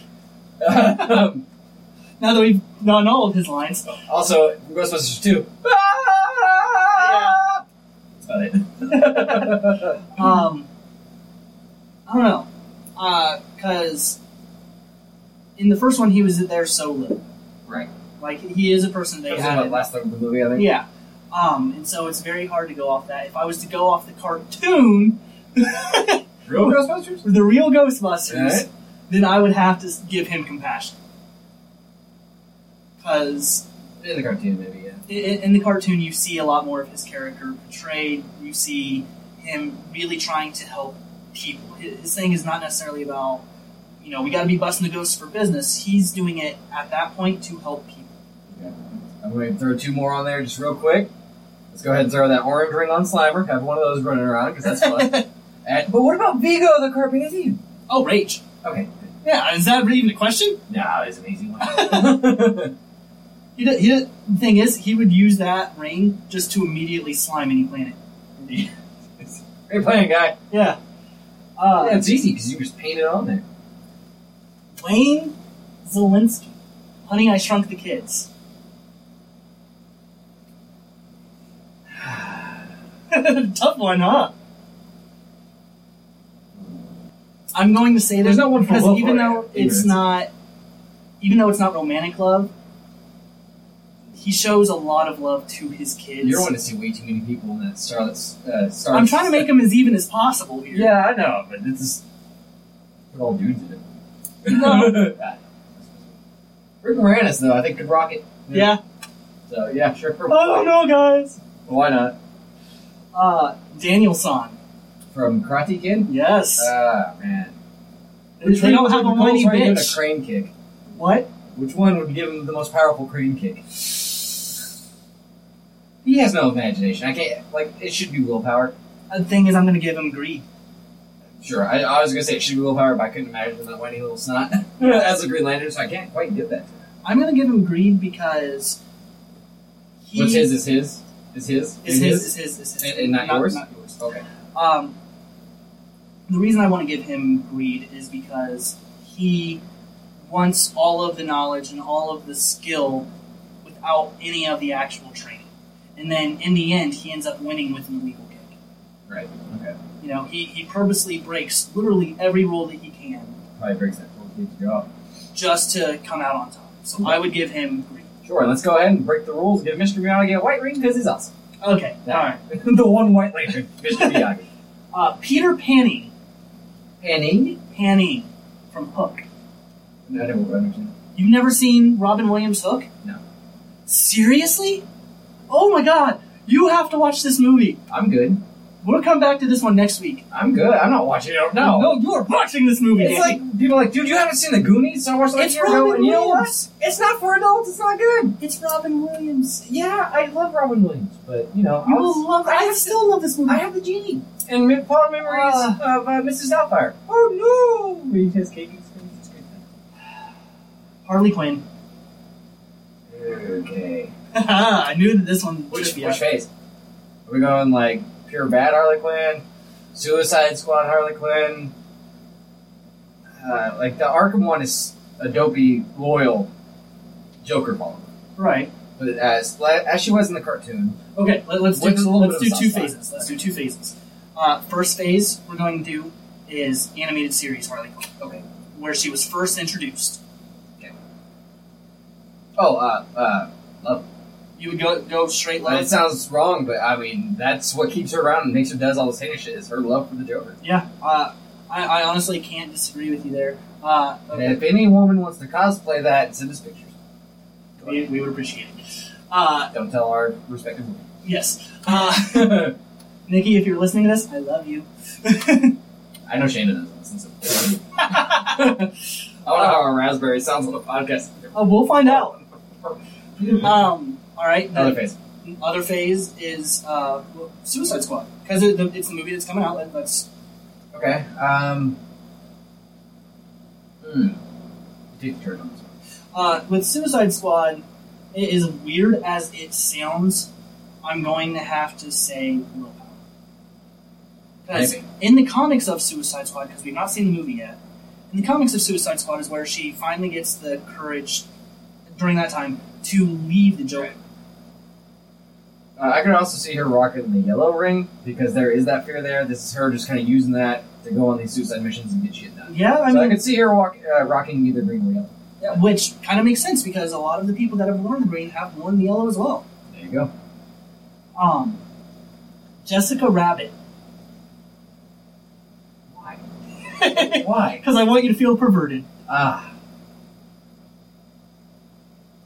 B: Um,
A: Now that we've done all of his lines,
B: also, Ghostbusters two. Ah! That's about it.
A: Um, I don't know, Uh 'cause in the first one he was there so little.
B: right.
A: Like he is a person they
B: That was in the
A: added.
B: last third of the movie, I think.
A: Yeah, um, and so it's very hard to go off that. If I was to go off the cartoon, the
B: Real Ghostbusters.
A: real Ghostbusters,
B: Alright.
A: then I would have to s- give him compassion. Because
B: In the cartoon, maybe. Yeah.
A: i- in the cartoon you see a lot more of his character portrayed you see him really trying to help people Hi- his thing is not necessarily about you know we got to be busting the ghosts for business he's doing it at that point to help people
B: I'm going to throw two more on there just real quick. Let's go ahead and throw that orange ring on Slimer. Have one of those running around because that's fun. And- but what about Vigo the Carpathian?
A: oh rage
B: Okay.
A: yeah is that even a question
B: No, it's an easy one.
A: he did, he did, the thing is he would use that ring just to immediately slime any planet
B: Great plan, guy.
A: yeah uh,
B: yeah, it's easy because you just paint it on there.
A: Wayne Zelensky honey I shrunk the kids tough one huh I'm going to say
B: There's
A: that
B: not one for
A: because
B: love
A: even though
B: or-
A: it's
B: ignorance.
A: not, even though it's not romantic love, he shows a lot of love to his kids.
B: You're going to see way too many people in that Starlet's. Uh, Star-
A: I'm trying to make him as even as possible here.
B: Yeah, I know, but this is. Put all dudes in it.
A: No.
B: Rick Moranis, though, I think could rock it.
A: yeah.
B: So, yeah, sure.
A: I don't know, Oh, guys.
B: Why not?
A: Uh, Danielson.
B: From Karate Kid?
A: Yes.
B: Ah, man.
A: They- they don't have a
B: Nicole's
A: whiny
B: already given
A: bitch.
B: A crane kick.
A: what?
B: Which one would give him the most powerful crane kick? He has no imagination. I can't. Like it should be willpower.
A: The thing is, I'm going to give him greed.
B: Sure, I, I was gonna say it should be willpower, but I couldn't imagine that whiny little snot as a Green Lantern, so I can't quite get that.
A: I'm gonna give him greed because he
B: What's his is his? Is his?
A: is
B: And
A: his is his is his
B: And- and not yours?
A: Not yours.
B: Okay.
A: Um, the reason I want to give him greed is because he wants all of the knowledge and all of the skill without any of the actual training. And then in the end, he ends up winning with an illegal kick.
B: Right. Okay.
A: You know, he, he purposely breaks literally every rule that he can
B: Probably breaks that fourth week to go up.
A: just to come out on top. So I would give him greed.
B: Sure, let's go ahead and break the rules. Give Mr. Miyagi a white ring because he's awesome.
A: Okay,
B: Yeah.
A: all right.
B: the one white ring, Mr. Miyagi.
A: Uh, Peter Panning,
B: Penny?
A: Panning from Hook.
B: No, I never would understand.
A: You've never seen Robin Williams Hook?
B: No.
A: Seriously? Oh my god, you have to watch this movie.
B: I'm good.
A: We'll come back to this one next week.
B: I'm good. I'm not watching it. No.
A: No, you are watching this movie.
B: It's
A: Andy.
B: like people are like, dude, you haven't seen the Goonies, so I watched the
A: it's
B: year ago,
A: Robin
B: and you know what?
A: Williams.
B: It's not for adults. It's not good.
A: It's Robin Williams.
B: Yeah, I love Robin Williams, but you know,
A: You
B: I, was,
A: will love. I,
B: I have
A: still love this movie.
B: I have the genie and mid fond memories
A: Ah.
B: of uh, Mrs. Sapphire. Oh no! He has cake in his face. It's good.
A: Harley Quinn.
B: Okay.
A: I knew that this one
B: Which,
A: should be
B: which
A: out.
B: phase? Are we going like pure bad Harley Quinn, Suicide Squad Harley Quinn? Uh, like the Arkham one is a dopey, loyal Joker follower,
A: Right.
B: but as as she was in the cartoon,
A: Okay. Let, us do.
B: Which is a little
A: Let's
B: bit
A: do
B: of
A: two
B: soft side.
A: phases. Let's do two phases. Uh, first phase we're going to do is animated series Harley Quinn.
B: Okay.
A: Where she was first introduced.
B: Oh, uh, uh,
A: You would go go straight
B: that
A: left.
B: sounds wrong, but I mean, that's what keeps her around and makes her does all this heinous shit is her love for the Joker.
A: Yeah. Uh, I, I honestly can't disagree with you there. Uh,
B: And if any woman wants to cosplay that and send us pictures,
A: we, we would appreciate it. Uh,
B: don't tell our respective
A: yes. Uh,
B: women.
A: Nikki, if you're listening to this, I love you.
B: I know Shana doesn't listen, so. I don't know how a raspberry sounds on a podcast.
A: Uh, we'll find out. Um, all right.
B: Other
A: The
B: face.
A: other phase is uh, Suicide Squad because it, the, it's the movie that's coming out. Let, let's
B: Okay. Um. Hmm. Take the turn on this one.
A: uh, with Suicide Squad. It is weird as it sounds. I'm going to have to say willpower. 'Cause
B: Maybe.
A: in the comics of Suicide Squad, because we've not seen the movie yet, in the comics of Suicide Squad is where she finally gets the courage during that time to leave the Joker.
B: Uh, I could also see her rocking the yellow ring because there is that fear there. This is her just kind of using that to go on these suicide missions and get shit done.
A: Yeah, I
B: so
A: mean,
B: I could see her walk, uh, rocking either green or yellow.
A: Yeah, which kind of makes sense because a lot of the people that have worn the green have worn the yellow as well.
B: There you go.
A: Um, Jessica Rabbit.
B: Why?
A: Because
B: Why?
A: I want you to feel perverted.
B: Ah.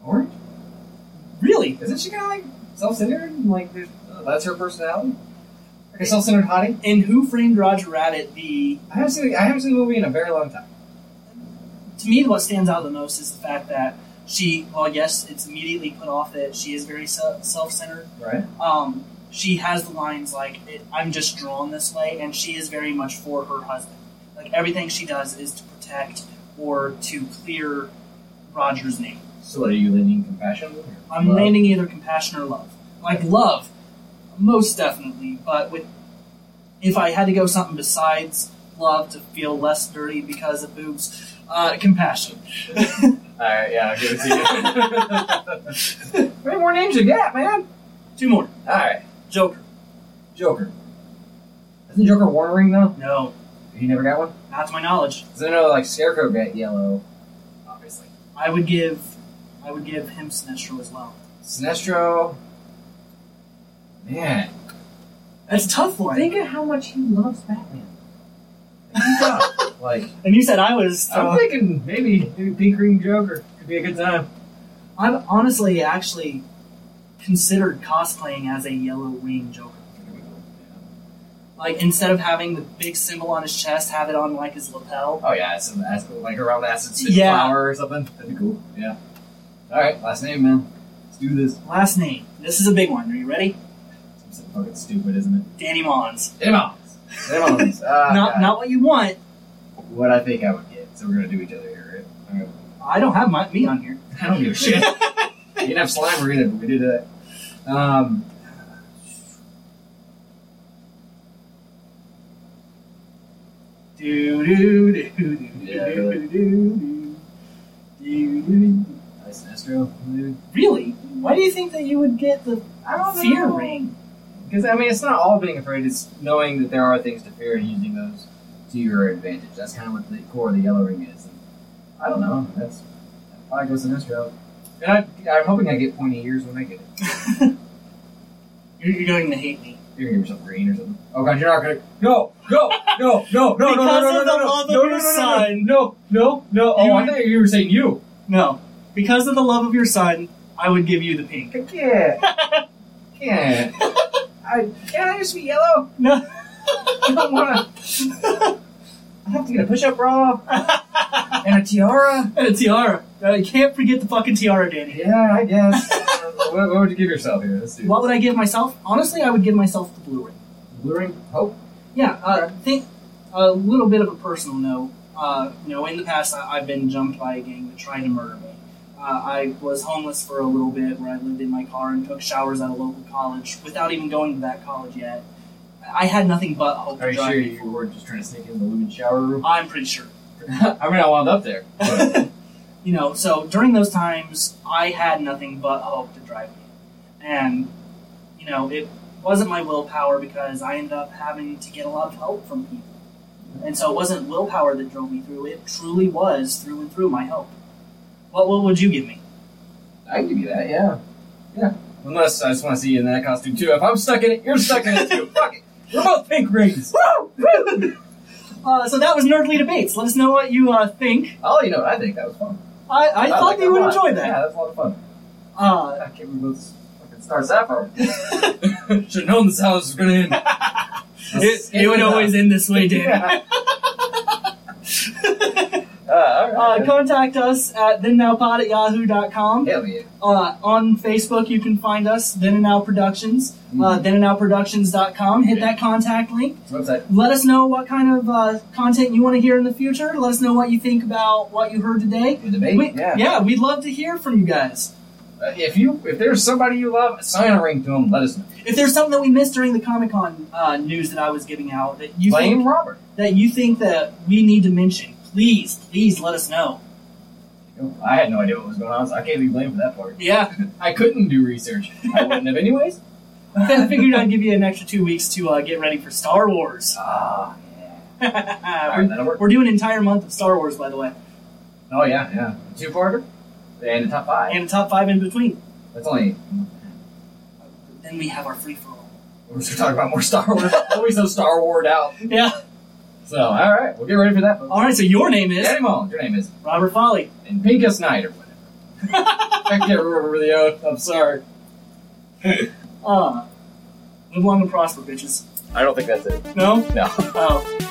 B: Orange?
A: Really?
B: Isn't she kind of like self-centered? and, Like there's, uh, that's her personality. Like a self-centered hottie.
A: In Who Framed Roger Rabbit, the
B: I haven't seen. I haven't seen the movie in a very long time.
A: to me what stands out the most is the fact that she, well, yes, it's immediately put off that she is very se- self-centered.
B: Right.
A: Um, she has the lines like it, "I'm just drawn this way," and she is very much for her husband. Like everything she does is to protect or to clear Roger's name.
B: So are you leaning compassion? or
A: I'm
B: love?
A: landing either compassion or love. Like love, most definitely. But with if I had to go something besides love to feel less dirty because of boobs, uh, compassion.
B: All right. Yeah. I'll give it to you. How many more names you got, man?
A: Two more.
B: All right.
A: Joker.
B: Joker. Isn't Joker worn a ring though?
A: No,
B: He never got one.
A: not to my knowledge.
B: Cause I know like Scarecrow got yellow, obviously.
A: I would give, I would give him Sinestro as well.
B: Sinestro. Man.
A: That's a tough one.
B: Think of how much he loves Batman. Yeah, like
A: And you said I was.
B: I'm
A: uh,
B: thinking maybe maybe Pink Ring Joker could be a good time.
A: I've honestly actually considered cosplaying as a Yellow Wing Joker. Like instead of having the big symbol on his chest, have it on like his lapel.
B: Oh yeah, it's an acid, like around acid spit
A: Yeah.
B: flower or something. That'd be cool. Yeah. All right, last name, man. Let's do this.
A: Last name. This is a big one. Are you ready?
B: It's so fucking stupid, isn't it?
A: Danny Mons.
B: Demons. Demons. Uh,
A: not not what you want.
B: what I think I would get. So we're gonna do each other here. Right? All right.
A: I don't have my, me on here.
B: I don't give a shit. you can have Slimer either, but we did that. Um,
A: Do do do do do
B: Yeah,
A: do
B: really.
A: do do do do.
B: uh, Sinestro, maybe.
A: Really? Why do you think that you would get the
B: I don't
A: fear
B: know.
A: ring?
B: Because I mean, it's not all being afraid; it's knowing that there are things to fear and using those to your advantage. That's kind of what the core of the Yellow Ring is. And I don't know. That's that probably goes Sinestro. And I, I'm hoping I get pointy ears when I get it.
A: You're, you're going to hate me.
B: You're gonna give yourself green or something. Oh god, you're not gonna. No, no, no, no, no, no,
A: Because
B: no, no, no,
A: of
B: no,
A: the
B: no,
A: love of
B: no, no,
A: your
B: no, no,
A: son.
B: no, no, no. Oh, I
A: You-
B: thought you were saying you.
A: No, because of the love of your son, I would give you the pink.
B: I can't. Can't. I can I just be yellow.
A: No.
B: I don't wanna. I have to get a push-up bra and a tiara.
A: And a tiara. Uh, you can't forget the fucking tiara, Danny.
B: Yeah, I guess. Uh, what, what would you give yourself here? Let's do.
A: What would I give myself? Honestly, I would give myself the blue ring.
B: Blue ring. Hope.
A: Yeah, uh, think a little bit of a personal note. Uh, you know, in the past, I, I've been jumped by a gang that tried to murder me. Uh, I was homeless for a little bit, where I lived in my car and took showers at a local college without even going to that college yet. I had nothing but hope.
B: Are
A: to
B: you
A: drive
B: sure
A: me
B: you were just trying to sneak in the women's shower room?
A: I'm pretty sure.
B: I mean, I wound up there. but-
A: you know, so during those times, I had nothing but hope to drive me. And, you know, it wasn't my willpower because I ended up having to get a lot of help from people. And so it wasn't willpower that drove me through, it truly was through and through my help. What, what would you give me?
B: I can give you that, yeah. Yeah. Unless I just want to see you in that costume too. If I'm stuck in it, you're stuck in it too. Fuck it. We're both pink rings.
A: Uh, so that was Nerdly Debates. Let us know what you uh, think.
B: I'll Oh, you know, I think that was fun.
A: I, I, thought
B: liked
A: you
B: it a
A: would
B: lot.
A: enjoy that.
B: Yeah, that's a lot of fun.
A: Uh,
B: I can't remember this fucking Star Sapphire. Should have known this house was gonna end.
A: it, it would always end this way, Dan.
B: Yeah. Uh, all
A: Uh,
B: right.
A: contact us at thennowpod at yahoo.com.
B: Hell yeah.
A: Uh, on Facebook, you can find us, Then and Now Productions, uh,
B: Mm-hmm.
A: thenandnowproductions.com. Hit that contact link.
B: Website.
A: Let us know what kind of uh, content you want to hear in the future. Let us know what you think about what you heard today.
B: The debate.
A: We,
B: yeah.
A: we'd love to hear from you guys.
B: Uh, if you if there's somebody you love, sign a ring to them. Let us know.
A: If there's something that we missed during the Comic Con uh, news that I was giving out that you
B: Blame
A: think,
B: Robert.
A: that you think that we need to mention, please, please let us know.
B: I had no idea what was going on, so I can't be blamed for that part.
A: Yeah,
B: I couldn't do research. I wouldn't have anyways.
A: I figured I'd give you an extra two weeks to uh, get ready for Star Wars.
B: Ah, yeah. All
A: we're,
B: right, that'll work.
A: we're doing an entire month of Star Wars, by the way.
B: Oh yeah, yeah. Two parter and a top five.
A: and a top five in between.
B: That's only.
A: Then we have our free for all.
B: We're just talking about more Star Wars. Always so Star Wars out.
A: Yeah.
B: So all right, we'll get ready for that.
A: All right. So your name is
B: Danny Mullins, your name is
A: Robert Folly.
B: and Pinkus Knight or whatever. I can't remember the oath. I'm sorry.
A: Uh, live long and prosper, bitches.
C: I don't think that's it.
A: No.
C: No.
A: Oh.